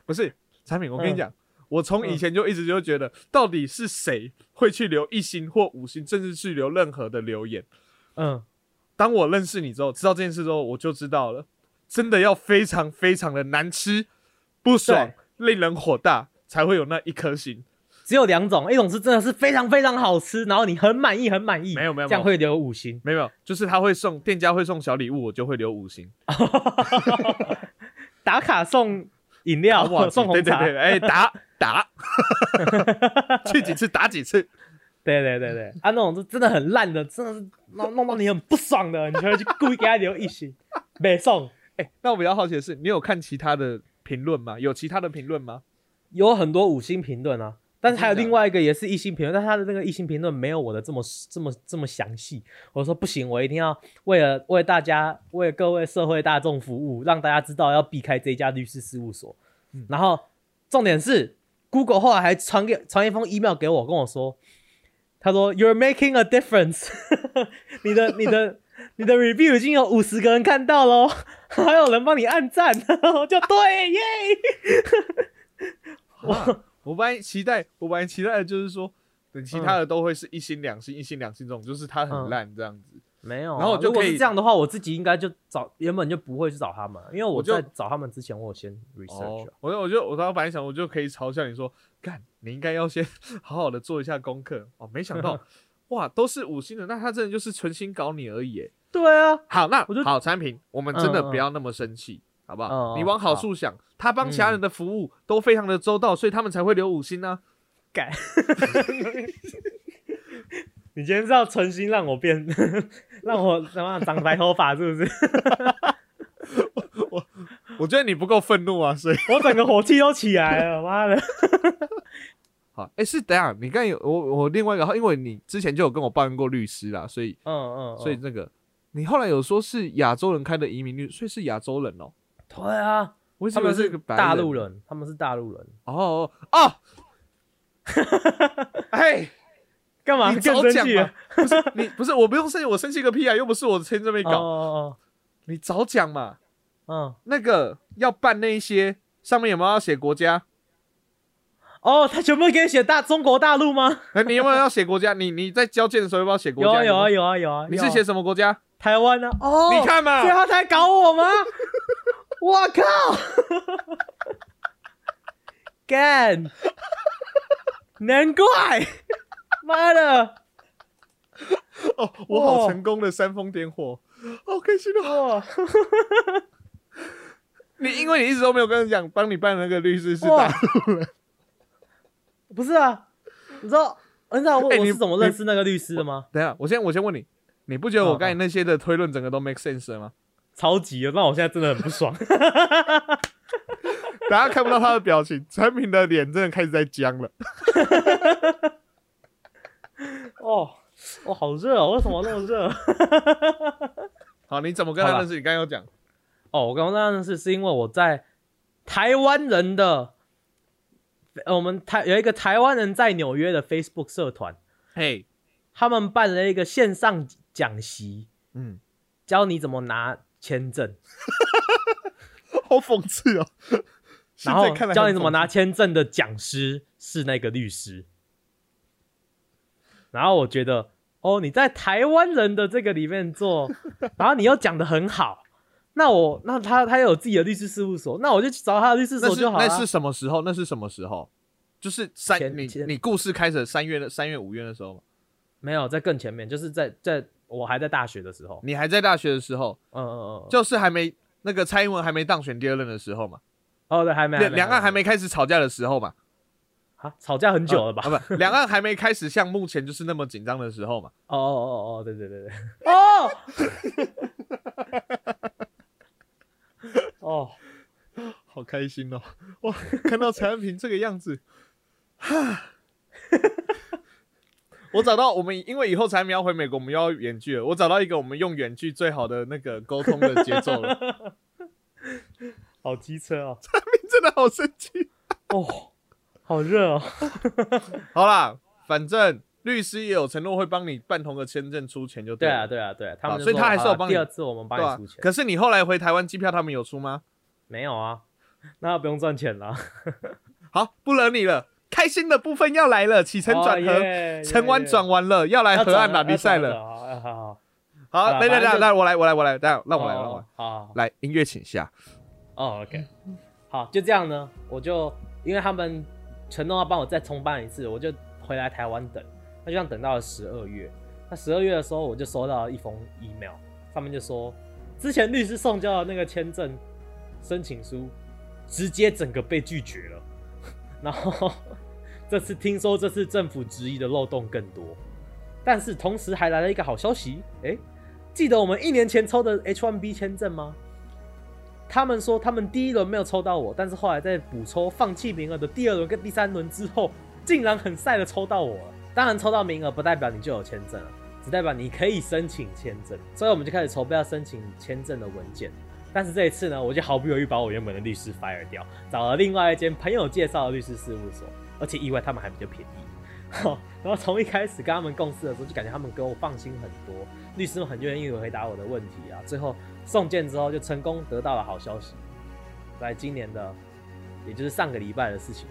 B: 不是产品，我跟你
A: 嗯
B: 讲，我从以
A: 嗯
B: 前就一直就觉得，到底是谁会去留一星或五星，甚至去留任何的留言？
A: 嗯，
B: 当我认识你之后，知道这件事之后，我就知道了，真的要非常非常的难吃、不爽、令人火大，才会有那一颗星。
A: 只有两种，一种是真的是非常非常好吃，然后你很满意很满意，
B: 没有没有
A: 这
B: 没
A: 样
B: 有
A: 会留五星。
B: 没有，就是他会送店家会送小礼物，我就会留五星。
A: 打卡送饮料，
B: 哇，
A: 哦送红
B: 对对
A: 茶，
B: 啊对，哎、打 打，去几次打几次。
A: 对对对对啊，那种是真的很烂的，真的是弄弄到你很不爽的，你就会去故意给他留一星，没送。
B: 哎、那我比较好奇 的是，你有看其他的评论吗？有其他的评论吗？
A: 有很多五星评论啊，但是还有另外一个也是异性评论，但是他的那个异性评论没有我的这么这么这么详细。我说不行，我一定要为了为大家为各位社会大众服务，让大家知道要避开这家律师事务所。然后重点是，Google 后来还传给传一封 email 给我，跟我说，他说 You're making a difference，你的你的你的 review 已经有五十个人看到喽， 还有人帮你按赞， 然后就对耶。
B: 我我本来期待，我本来期待的就是说，等其他的都会是一心两心、一心两心这种，就是他
A: 嗯
B: 很烂这样子。
A: 没有啊、
B: 然后我就
A: 如果
B: 可以
A: 是这样的话，我自己应该就找原本就不会去找他们，因为我
B: 我就
A: 在找他们之前，我有先 research 啊
B: 哦
A: 了、，
B: 我就我就我当时本来想，我就可以嘲笑你说，干，你应该要先好好的做一下功课哦。没 想到，哇，都是五星的，那他真的就是存心搞你而已耶。
A: 对啊，
B: 好，那
A: 我就
B: 好产品，我们真的
A: 嗯嗯
B: 不要那么生气，好不好？
A: 嗯嗯
B: 你往好
A: 好嗯
B: 处想，他帮其他人的服务都非常的周到，所以他们才会留五星 啊呢、
A: 改。你今天是要存心让我变， 让我他妈长白头发是不是？
B: 我觉得你不够愤怒啊，所以
A: 我整个火气都起来了，妈的！
B: 好，哎、是等一下，你刚才有我我另外一个，因为你之前就有跟我抱怨过律师啦，所以
A: 嗯嗯，嗯
B: 所以那个你后来有说是亚洲人开的移民律，所以是亚洲人哦、
A: 对啊，
B: 我一直
A: 他
B: 以为
A: 们
B: 是
A: 是
B: 个白
A: 大陆人，他们是大陆人，
B: 哦 哦，哎、
A: 干嘛
B: 你
A: 更
B: 早
A: 生
B: 讲
A: 气
B: 嘛
A: 啊？，
B: 不是你不是我不用生气，我生气个屁啊，又不是我签这边
A: 哦
B: 搞，
A: 哦
B: 你早讲嘛，
A: 哦，
B: 那个要办那一些上面有没有要写国
A: 嗯，
B: 家？
A: 哦，他全部给你写大中国大陆吗？
B: 哎你有没有要写国家？你你在交件的时候要不要写国
A: 有啊
B: 家？
A: 有啊有啊有啊！
B: 你
A: 有
B: 是
A: 啊
B: 写什么国家？
A: 台湾啊？哦，
B: 你看嘛
A: 所以，他才搞我吗？我靠！干！难怪， 妈的！
B: 哦，我好
A: 哇
B: 成功的煽风点火，好开心哦！
A: 哇
B: 你因为你一直都没有跟人讲，帮你办那个律师是
A: 哇
B: 大陆人，
A: 不是啊，你知道你知道我
B: 哎
A: 我
B: 你
A: 是怎么认识那个律师的吗？
B: 等一下，我先我先问你，你不觉得我刚才那些的推论整个都 make sense 了吗？
A: 超级的，让我现在真的很不爽。
B: 大家看不到他的表情，产品的脸真的开始在僵了。
A: 哦，我好热哦，为什么那么热？
B: 好，你怎么跟他认识？你刚刚有讲，
A: 哦，我刚刚那认识是因为我在台湾人的，呃我们台有一个台湾人在纽约的 Facebook 社团，
B: 嘿，
A: 他们办了一个线上讲习，
B: 嗯，
A: 教你怎么拿签证，
B: 好讽刺哦。
A: 然后
B: 现在看来很
A: 教你怎么拿
B: 讽刺。
A: 签证的讲师是那个律师。然后我觉得，哦，你在台湾人的这个里面 做，然后你又讲的很好，那我那他他有自己的律师事务所，那我就去找他的律师事务
B: 那
A: 所
B: 是
A: 就好了。啊
B: 那是什么时候？那是什么时候？就是三
A: 前
B: 你
A: 前
B: 你故事开始三月的三月五月的时候嘛，
A: 没有在更前面，就是在在我还在大学的时候，
B: 你还在大学的时候，
A: 嗯嗯嗯，
B: 就是还没那个蔡英文还没当选第二任的时候嘛，
A: 哦对，还没
B: 两两岸还
A: 没
B: 没开始吵架的时候嘛，
A: 啊吵架很久了吧？
B: 啊不，两岸还没开始像目前就是那么紧张的时候嘛。
A: 哦哦哦哦，对对对对，哦， 哦，
B: 好开心哦！哇，看到陈安平这个样子，哈， 我找到我们，因为以后陈安平要回美国，我们又要远距了。我找到一个我们用远距最好的那个沟通的节奏了。
A: 好机车哦，
B: 真的好生气。
A: 哦，好热哦，
B: 好啦，反正律师也有承诺会帮你办同个签证出钱就
A: 对啊
B: 了。
A: 对啊对啊，他们就
B: 所以
A: 说
B: 他还是有
A: 好啦
B: 帮你
A: 第二次我们帮
B: 对啊
A: 你出钱，
B: 可是你后来回台湾机票，他们有出吗？
A: 没有啊，那不用赚钱了，
B: 好，不惹你了。开心的部分要来了，起承转
A: 哦
B: 合，
A: 耶
B: 承湾
A: 耶耶
B: 转完了，要来
A: 要
B: 河
A: 转
B: 岸
A: 了
B: 打比
A: 要
B: 赛
A: 转
B: 了。
A: 好好好好，好
B: 好，来来
A: 反正
B: 来
A: 就
B: 来，我来我来我来，等下让我来让我来
A: 哦。好，好
B: 来，音乐请下。
A: 哦，OK，好，就这样呢，我就因为他们承诺要帮我再重办一次，我就回来台湾等，那就这样等到了十二月。那十二月的时候，我就收到一封 email，上面就说之前律师送交的那个签证申请书，直接整个被拒绝了。 然后这次听说这次政府质疑的漏洞更多，但是同时还来了一个好消息，诶，记得我们一年前抽的 H1B 签证吗？他们说他们第一轮没有抽到我，但是后来在补抽放弃名额的第二轮跟第三轮之后，竟然很晒的抽到我了。当然抽到名额不代表你就有签证了，只代表你可以申请签证。所以我们就开始筹备要申请签证的文件。但是这一次呢，我就毫不犹豫把我原本的律师 fire 掉，找了另外一间朋友介绍的律师事务所，而且意外他们还比较便宜。然后从一开始跟他们共事的时候，就感觉他们给我放心很多，律师们很愿意回答我的问题啊。最后送件之后，就成功得到了好消息，在今年的，也就是上个礼拜的事情，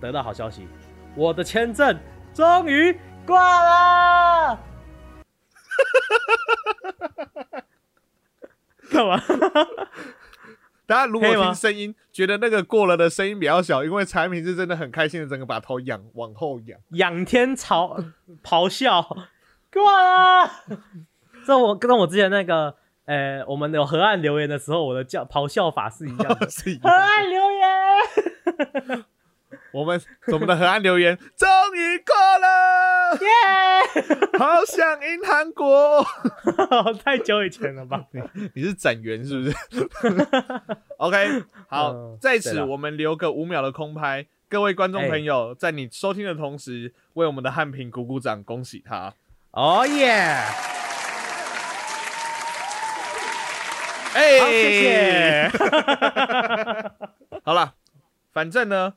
A: 得到好消息，我的签证终于挂了。干嘛？
B: 大家如果
A: 可以吗
B: 听声音觉得那个过了的声音比较小，因为产品是真的很开心的，整个把头仰往后仰。。
A: 仰天朝咆哮，挂了。这我跟我之前那个，呃，我们有河岸留言的时候，我的叫咆哮法是一样 的
B: 是一
A: 河
B: 样
A: 岸留言，
B: 我们我们的河岸留言终于过 了，
A: 耶！
B: 好想赢韩国。
A: 太久以前了吧？
B: 你是展元是 不是？OK，好，
A: 嗯
B: 在
A: 对
B: 此
A: 啦
B: 我们留个五秒的空拍。各位观众朋友，在你收听的同时，为我们的汉平鼓鼓掌，恭喜他！
A: 哦耶！
B: 哎、
A: 好，谢谢。
B: 好啦，反正呢，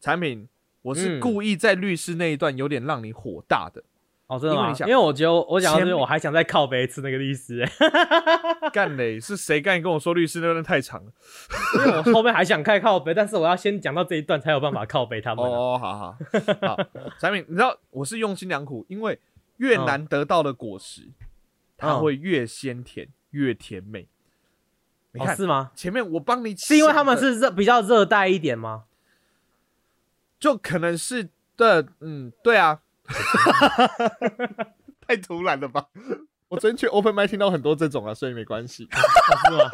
B: 产品我是
A: 嗯
B: 故意在律师那一段有点让你火大 的，
A: 哦，真的
B: 因为
A: 吗
B: 你？
A: 因
B: 想
A: 为我觉得我讲到这
B: 前
A: 边，
B: 面
A: 我还想再靠背一次那个律 师、欸，
B: 干嘞！是谁干跟我说律师那段太长了？
A: 因为我后面还想开靠背，但是我要先讲到这一段才有办法靠背他们啊、
B: 哦，好 好好，产品，你知道我是用心良苦，因为越难得到的果实，它
A: 嗯
B: 会越鲜甜越甜美。你
A: 哦，
B: 看
A: 是吗？
B: 前面我帮你想的，
A: 是因为他们是热比较热带一点吗？
B: 就可能是的，嗯，对啊， 太突然了吧？我昨天去 Open m i 听到很多这种啊，所以没 关系。
A: 哦是吗？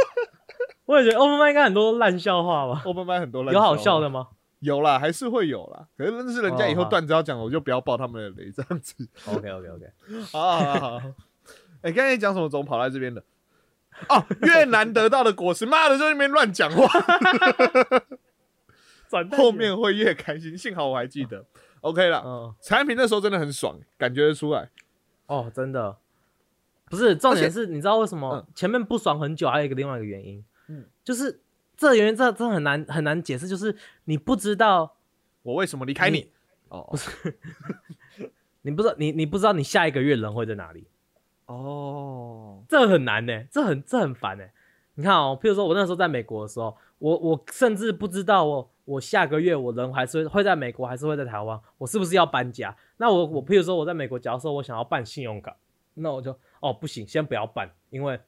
A: 我也觉得 Open m i 应该很多烂笑话吧？
B: Open m i 很多烂
A: 有好
B: 话
A: 笑的吗？
B: 有啦，还是会有啦。可是认识人家以后
A: 哦好
B: 段子要讲，我就不要爆他们的雷，这样子。
A: OK OK OK，
B: 好哦好好好。哎，刚才讲什么？怎么跑来这边的？哦，越南得到的果实，妈的，就在那边乱讲话，
A: 转
B: 后面会越开心。幸好我还记得。OK 啦，
A: 嗯
B: 产品那时候真的很爽，感觉得出来。
A: 哦，真的不是重
B: 而且
A: 点是，你知道为什么
B: 嗯
A: 前面不爽很久？还有一个另外一个原因，
B: 嗯
A: 嗯，就是这个原因这这很难很难解释，就是你不知道
B: 我为什么离开你
A: 你？
B: 哦
A: 你不知道你你不知道你下一个月人会在哪里，
B: 哦，
A: 这很难呢、这很这很烦呢、你看哦，譬如说我那时候在美国的时候，我我甚至不知道我我下个月我人还是会在美国，还是会在台湾，我是不是要搬家？那我我譬如说我在美国，假如说我想要办信用卡，那我就哦不行，先不要办，因为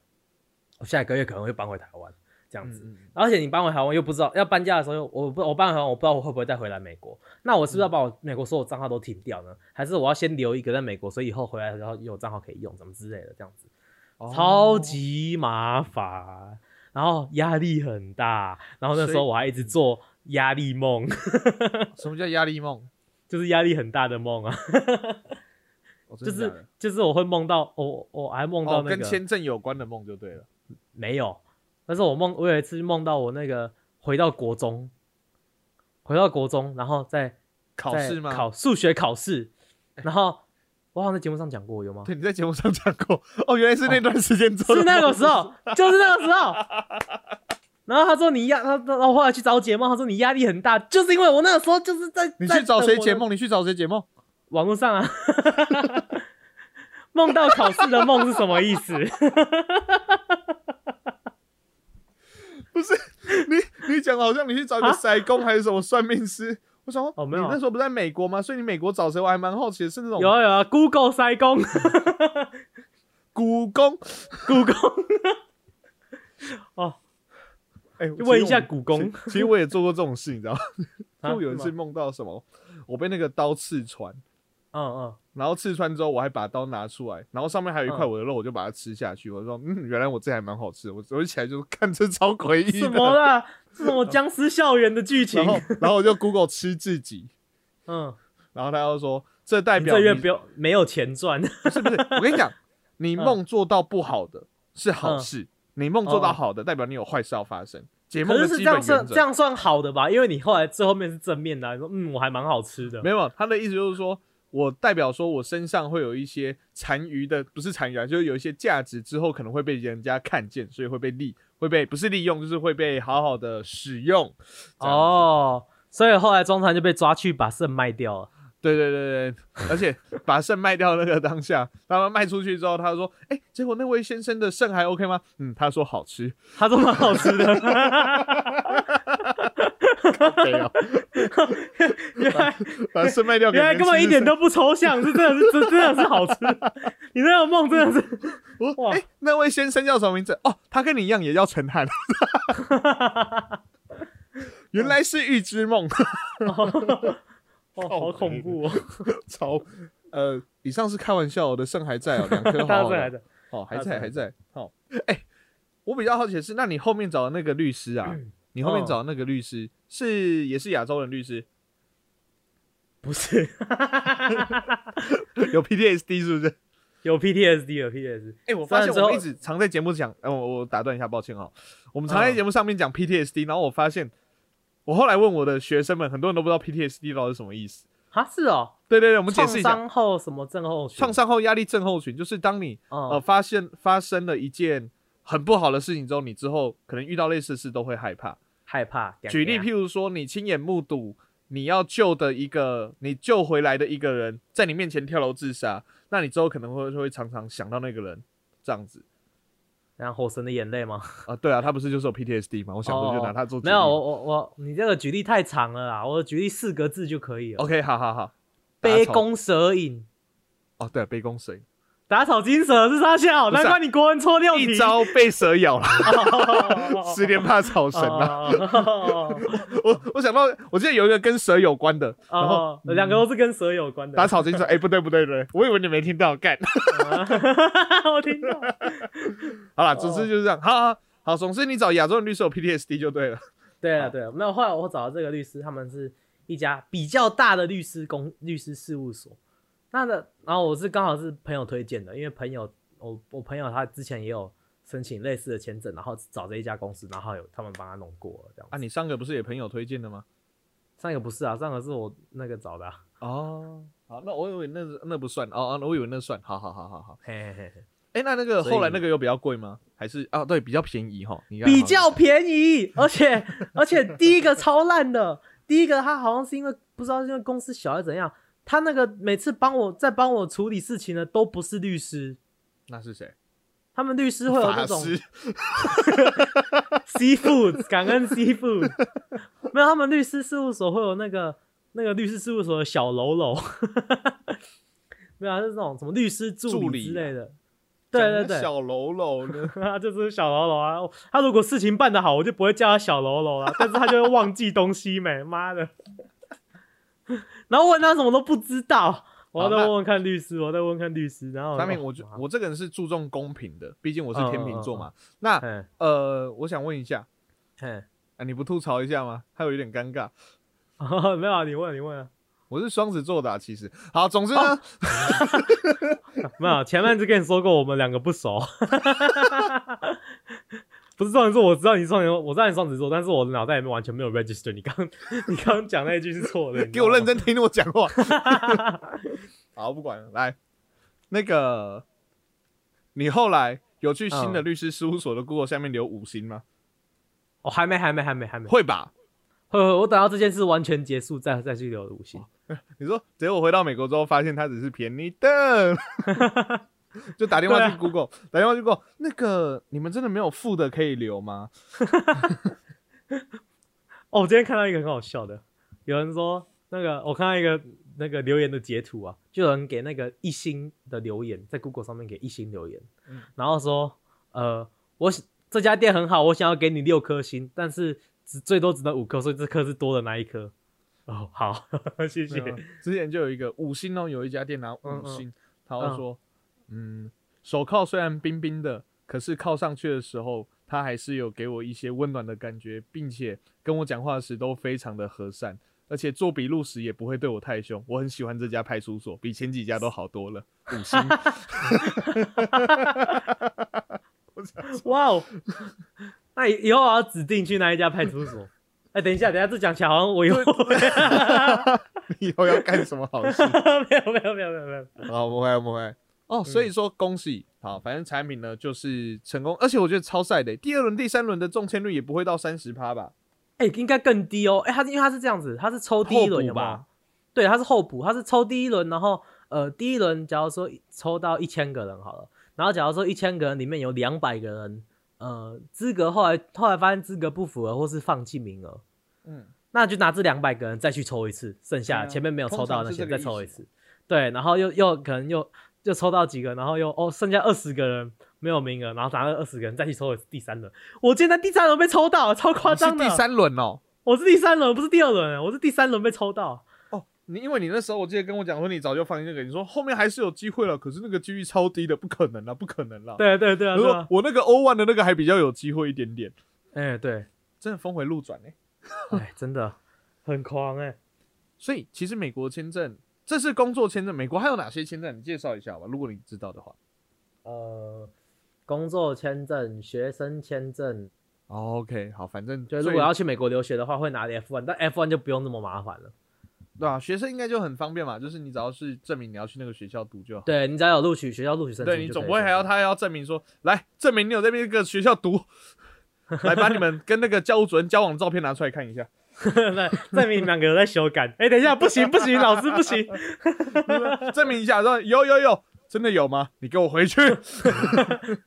A: 我下个月可能会搬回台湾这样子。
B: 嗯
A: 而且你搬回台湾又不知道要搬家的时候，我不我搬回台湾，我不知道我会不会再回来美国。那我是不是要把我美国所有账号都停掉呢？还是我要先留一个在美国，所以以后回来的时候有账号可以用，怎么之类的这样子，
B: 嗯
A: 哦超级麻烦，然后压力很大。然后那时
B: 所
A: 候
B: 以
A: 我还一直做压力梦，
B: 哦什么叫压力梦？
A: 就是压力很大的梦啊，
B: 哦真
A: 就
B: 的假
A: 是
B: 的
A: 就是我会梦到我我还梦
B: 哦，
A: 到那
B: 跟
A: 个、
B: 签证有关的梦就对了。
A: 没有，但是我梦我有一次梦到我那个回到国中，回到国中，然后再。
B: 考
A: 在
B: 试吗？哎
A: 考数学考试，然后我好像在节目上讲过，有吗？
B: 对，你在节目上讲过哦，原来是那段时间做的
A: 是那
B: 梦
A: 个时候，就是那个时候。然后他说你压，他他我后来去找解梦，他说你压力很大，就是因为我那个时候就是在
B: 你
A: 在
B: 去找
A: 等
B: 谁
A: 我
B: 解
A: 的
B: 梦？你去找谁解梦？
A: 网络上啊， 梦到考试的梦是什么意思？
B: 不是你，你讲好像你去找一个
A: 啊
B: 筛工还是什么算命师。我想说，
A: 哦没有
B: 你
A: 啊
B: 那时候不在美国吗？所以你美国找谁？我还蛮好奇的，是那种
A: 有啊有啊，Google 塞工
B: 古宫。
A: ，Google 哦，
B: 哎，
A: 就问一下
B: 其实
A: 古
B: 我
A: 宫，
B: 其其实我也做过这种事，你知道吗？
A: 啊
B: 就有一次
A: 是吗
B: 梦到什么，我被那个刀刺穿，
A: 嗯嗯，
B: 然后刺穿之后，我还把刀拿出来，然后上面还有一块
A: 嗯
B: 我的肉，我就把它吃下去。我说，嗯，原来我这还蛮好吃的。我我一起来就是看这超诡异的。
A: 什么啦？ 是什么僵尸校园的剧情
B: 然？后然后我就 Google 吃自己，
A: 嗯，
B: 然后他又说这代
A: 你
B: 表
A: 这月
B: 你
A: 不要没有钱赚。
B: 不是不是，我跟 你
A: 嗯
B: 讲，你梦做到不好的是好事，你梦做到好的代表你有坏事要发生。解
A: 哦可
B: 梦的
A: 是是
B: 基
A: 这
B: 本
A: 样
B: 原
A: 算
B: 则
A: 这。样算好的吧？因为你后来最后面是正面的啊、你说嗯，我还蛮好吃的
B: 没。有，他的意思就是说我代表说我身上会有一些残余的，不是残余啊，就是有一些价值，之后可能会被人家看见，所以会被利，会被不是利用，就是会被好好的使用。这样，
A: 哦，所以后来中餐就被抓去把肾卖掉了。
B: 对对对对，而且把肾卖掉那个当下，他们卖出去之后，他说，哎、结果那位先生的肾还 OK 吗？嗯，他说好吃，
A: 他说蛮好吃的，
B: 对 哦，
A: 原来
B: 把肾卖掉给
A: 原来
B: 人
A: 根本一点
B: 吃
A: 都不抽象，是真的是真真的是好吃。你那个梦真的是，
B: 我
A: 哇
B: 哎、那位先生叫什么名字？哦，他跟你一样也叫陈 汉，原来是预知梦，
A: 哦，好恐怖哦！
B: 超 呃，以上是开玩笑，我的肾还在哦，两 颗
A: 大家
B: 好好
A: 再来
B: 的，
A: 的，
B: 哦，还
A: 大家
B: 在
A: 再
B: 还在，好，哎、我比较好奇的是，那你后面找的那个律师啊，你后面
A: 嗯
B: 找的那个律师是也是亚洲人律师，
A: 不是
B: 有 PTSD 是不是？
A: 有 PTSD 有 PTSD，
B: 哎、
A: 虽
B: 我发
A: 然
B: 现
A: 之
B: 我们
A: 后
B: 一直常在节目讲，呃，我我打断一下，抱歉哦，我们常在
A: 嗯
B: 节目上面讲 PTSD，然后我发现，我后来问我的学生们，很多人都不知道 PTSD 到底是什么意思。
A: 哈是哦，
B: 对对对，我们解
A: 创
B: 释一下，
A: 伤后什么症候群？
B: 创伤后压力症候群就是当你呃
A: 哦
B: 发现发生了一件很不好的事情之后，你之后可能遇到类似的事都会害怕。
A: 害怕。怕
B: 举例，譬如说你亲眼目睹你要救的一个，你救回来的一个人在你面前跳楼自杀，那你之后可能会会常常想到那个人这样子。
A: 然后火神的眼泪吗？
B: 啊，对啊，他不是就是有 PTSD 吗？我想说就拿他做举
A: 哦没
B: 例
A: 有，我我我，你这个举例太长了啦，我举例四个字就可以了。
B: OK，好好好，
A: 杯
B: 打草
A: 弓蛇影，
B: 哦，对，杯弓蛇影，
A: 打草惊蛇是啥笑？
B: 不是啊
A: 难怪你国文错六题。
B: 一招被蛇 咬了，十
A: 失
B: 连怕草绳啊！嗯
A: 啊！
B: 我我想到，我记得有一个跟蛇有关的，然后
A: 哦，两个都是跟蛇有关的
B: 打。草惊蛇，哎、不对不对不对，我以为你没听到，干，
A: 我听到。
B: 好啦，
A: 哦
B: 总之就是这样，好好好，总之你找亚洲人律师有 PTSD 就对了，
A: 对了
B: 好
A: 对啊了，没有。后来我找到这个律师，他们是一家比较大的律师公律师事务所。那的，然后我是刚好是朋友推荐的，因为朋友我我朋友他之前也有申请类似的签证，然后找这一家公司，然后有他们帮他弄过了这样子。
B: 啊，你上个不是也朋友推荐的吗？
A: 上一个不是啊，上个是我那个找的、啊。
B: 哦，好，那我以为那那不算，哦哦，我以为那算，好好好好好，
A: 嘿嘿嘿嘿，
B: 哎、那那个
A: 所以
B: 后来那个有比较贵吗？还是啊，对，比较便宜哈，你刚刚
A: 比
B: 好
A: 较
B: 像
A: 便宜，而 且而且第一个超烂的，第一个他好像是因为不知道是因为公司小还是怎样，他那个每次帮我在帮我处理事情的都不是律师，
B: 那是谁？
A: 他们律师会有那种
B: 法师
A: seafood，感恩 seafood。没有， 他们律师事务所会有那个那个律师事务所的小喽喽， 没有、啊，就是那种什么律师助
B: 助
A: 理
B: 理啊
A: 之类的。
B: 讲
A: 对对
B: 那
A: 对，
B: 小喽啰呢？
A: 他就是小喽啰啊。他如果事情办得好，我就不会叫他小喽啰了，但是他就会忘记东西没，妈的。 然后问他什么都不知道，我要
B: 好
A: 再
B: 那
A: 问问看律师，我再问问看律师。然后
B: 上面
A: 哦
B: 我就
A: 妈
B: 我这个人是注重公平的，毕竟我是天秤座嘛。那
A: 嗯
B: 呃，我想问一下，
A: 嗯，
B: 啊，你不吐槽一下吗？还有一点尴尬。
A: 没有啊，你问你问啊，
B: 我是双子座的、啊，其实好，总之呢，
A: 哦没有，啊前面就跟你说过，我们两个不熟。 不是双子座，我知道你是双子座，我知道你是双子座，但是我的脑袋里面完全没有 register 你刚你刚刚讲那一句是错的，你知
B: 给
A: 道
B: 我
A: 吗
B: 认。真听我 讲话。好，不管了，来，那个，你后来有去新
A: 嗯
B: 的律师事务所的 Google 下面留五星吗？
A: 哦，还没，还没，还没，还没。
B: 会吧？
A: 会会，我等到这件事完全结束再再去留五星。
B: 你说，结果回到美国之后，发现他只是便宜的， 就打电话
A: 对
B: 去
A: 啊
B: Google，、打电话去 Google，那个你们真的没有付的可以留吗？
A: 哦，我今天看到一个很好笑的，有人说那个我看到一个那个留言的截图啊，就有人给那个一星的留言，在 Google 上面给一星留言，
B: 嗯
A: 然后说呃，我喜这家店很好，我想要给你六颗星，但是只最多只能五颗，所以这颗是多的那一颗。哦，好， 谢谢。
B: 没有啊之前就有一个五星哦，有一家店拿
A: 嗯
B: 五
A: 嗯
B: 星，他会说，嗯，手铐虽然冰冰的，可是铐上去的时候，他还是有给我一些温暖的感觉，并且跟我讲话时都非常的和善，而且做笔录时也不会对我太凶。我很喜欢这家派出所，比前几家都好多了。五星，
A: 啊哇哦，那以以后我要指定去那一家派出所。哎、等一下，等一下，这讲起来好像我有，没
B: 你以后要干什么好 事？
A: 有， 没有，没有，没有，没有。
B: 好，我们回来，我们回来。
A: 嗯
B: 哦，所以说恭喜，好，反正产品呢就是成功，而且我觉得超赛的，欸第二轮、第三轮的中签率也不会到三十趴吧？
A: 哎、应该更低哦。哎、它因为它是这样子，它是抽第一轮有
B: 后补
A: 没有
B: 吧？
A: 对，它是候补，它是抽第一轮，然后呃，第一轮假如说抽到一千个人好了，然后假如说一千个人里面有两百个人，呃，资格后来后来发现资格不符合或是放弃名额，
B: 嗯，
A: 那就拿这两百个人再去抽一次，剩下
B: 对啊
A: 前面没有抽到的那
B: 通常是
A: 些
B: 这个
A: 再
B: 意思
A: 抽一次，对，然后又又可能又又抽到几个，然后又哦剩下二十个人没有名额，然后拿了二十个人再去抽一次第三轮，我竟然在第三轮被抽到，超夸
B: 你是
A: 张的，
B: 第三轮哦。
A: 我是第三轮，不是第二轮，我是第三轮被抽到。
B: 哦，你因为你那时候我记得跟我讲说你早就放弃那个，你说后面还是有机会了，可是那个几率超低的，不可能啦，不可能啦。，
A: 对对对啊，
B: 我
A: 对
B: 说
A: 啊，
B: 我那个 O one 的那个还比较有机会一点点，
A: 哎、对，
B: 真的峰回路转哎、
A: 哎，真的很狂哎、
B: 所以其实美国签证，这是工作签证，美国还有哪些签证？你介绍一下吧，如果你知道的话。
A: 呃，工作签证、学生签证，
B: 哦 OK，好，反正
A: 就如果要去美国留学的话，会拿 F1，但 F1 就不用那么麻烦了。
B: 对啊，学生应该就很方便嘛，就是你只要是证明你要去那个学校读就好。
A: 对你只要有录取学校录取申请，
B: 对你总不会还要。他要证明说，来证明你有在那个学校 读，来把你们跟那个教务主任交往的照片拿出来看一下。
A: 对，证明你们两个有在修改。哎、等一下，不行不行，老师不行。
B: 证明一下，说有有有，真的有吗？你给我回 去！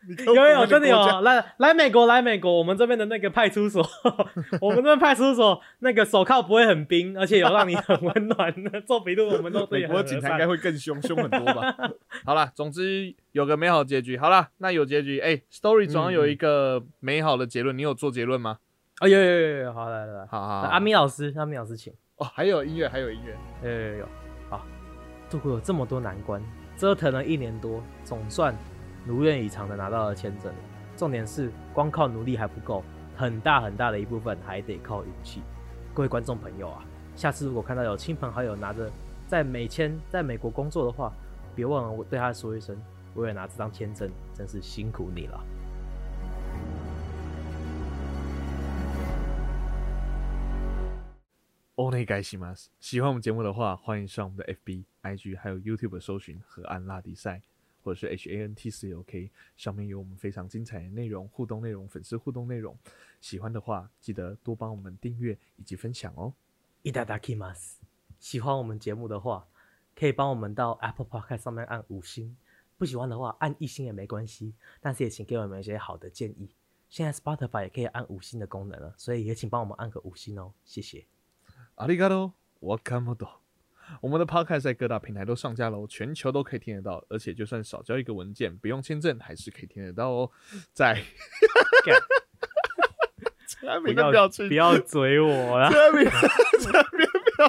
B: 你给我
A: 有
B: 回
A: 有
B: 你
A: 真的
B: 给
A: 有
B: 我
A: 啊，
B: 讲
A: 来来美国来美国，我们这边的那个派出所， 我们这边派出所那个手铐不会很冰，而且有让你很温暖的 做笔录，我们都对
B: 美
A: 你
B: 国
A: 很
B: 警
A: 和
B: 察
A: 善
B: 应该。会更凶，凶很多吧？好啦，总之有个美好结局。好啦，那有结局，哎、s t o r y 总
A: 嗯
B: 要有一个美好的结论。你有做结论吗？
A: 啊有有有有有，好来来来，
B: 好好好，
A: 阿咪老师，阿咪老师请。
B: 哦，还有音乐，还有音乐。
A: 有有有有，好，度过了这么多难关，折腾了一年多，总算如愿以偿的拿到了签证。重点是，光靠努力还不够，很大很大的一部分还得靠运气。各位观众朋友啊，下次如果看到有亲朋好友拿着在美签在美国工作的话，别忘了我对他说一声，我也拿这张签证，真是辛苦你了。
B: 欧内该西吗？喜欢我们节目的话，欢迎上我们的 FB、IG 还有 YouTube 搜寻“河岸拉迪赛”或者是 HANT 四 OK，上面有我们非常精彩的内容、互动内容、粉丝互动内容。喜欢的话，记得多帮我们订阅以及分享哦。
A: いただきます。喜欢我们节目的话，可以帮我们到 Apple Podcast 上面按五星；不喜欢的话，按一星也没关系。但是也请给我们一些好的建议。现在 Spotify 也可以按五星的功能了，所以也请帮我们按个五星哦，谢谢。
B: 阿里嘎多，我看不懂。我们的 Podcast 在各大平台都上架喽，全球都可以听得到，而且就算少交一个文件，不用签证还是可以听得到哦。在
A: 干，
B: 产品的表情，
A: 要嘴我 啦！
B: 产品产品表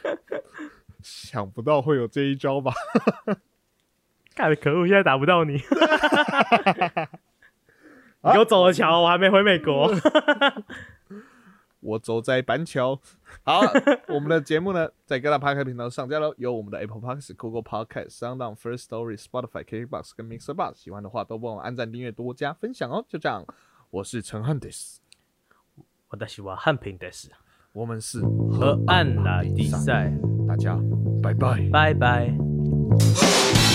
B: 情，想不到会有这一招吧？
A: 干，可恶，现在打不到你。你给我走了瞧，我还没回美国。
B: 我走在板桥。好，我们的节目呢，在各大 Podcast 平台上架喽，有我们的 Apple Podcast、Google Podcast、Sound On、First Story、Spotify、KKBox 跟 Mixer Box。喜欢的话，都帮我们按赞、订阅、多加分享哦。就这样，我是陈汉德斯，
A: 我的喜欢汉平的是
B: 我们是
A: 河岸拉迪赛，
B: 大家拜拜。
A: 拜拜。
B: Hãy subscribe cho kênh Ghiền Mì Gõ Để không bỏ lỡ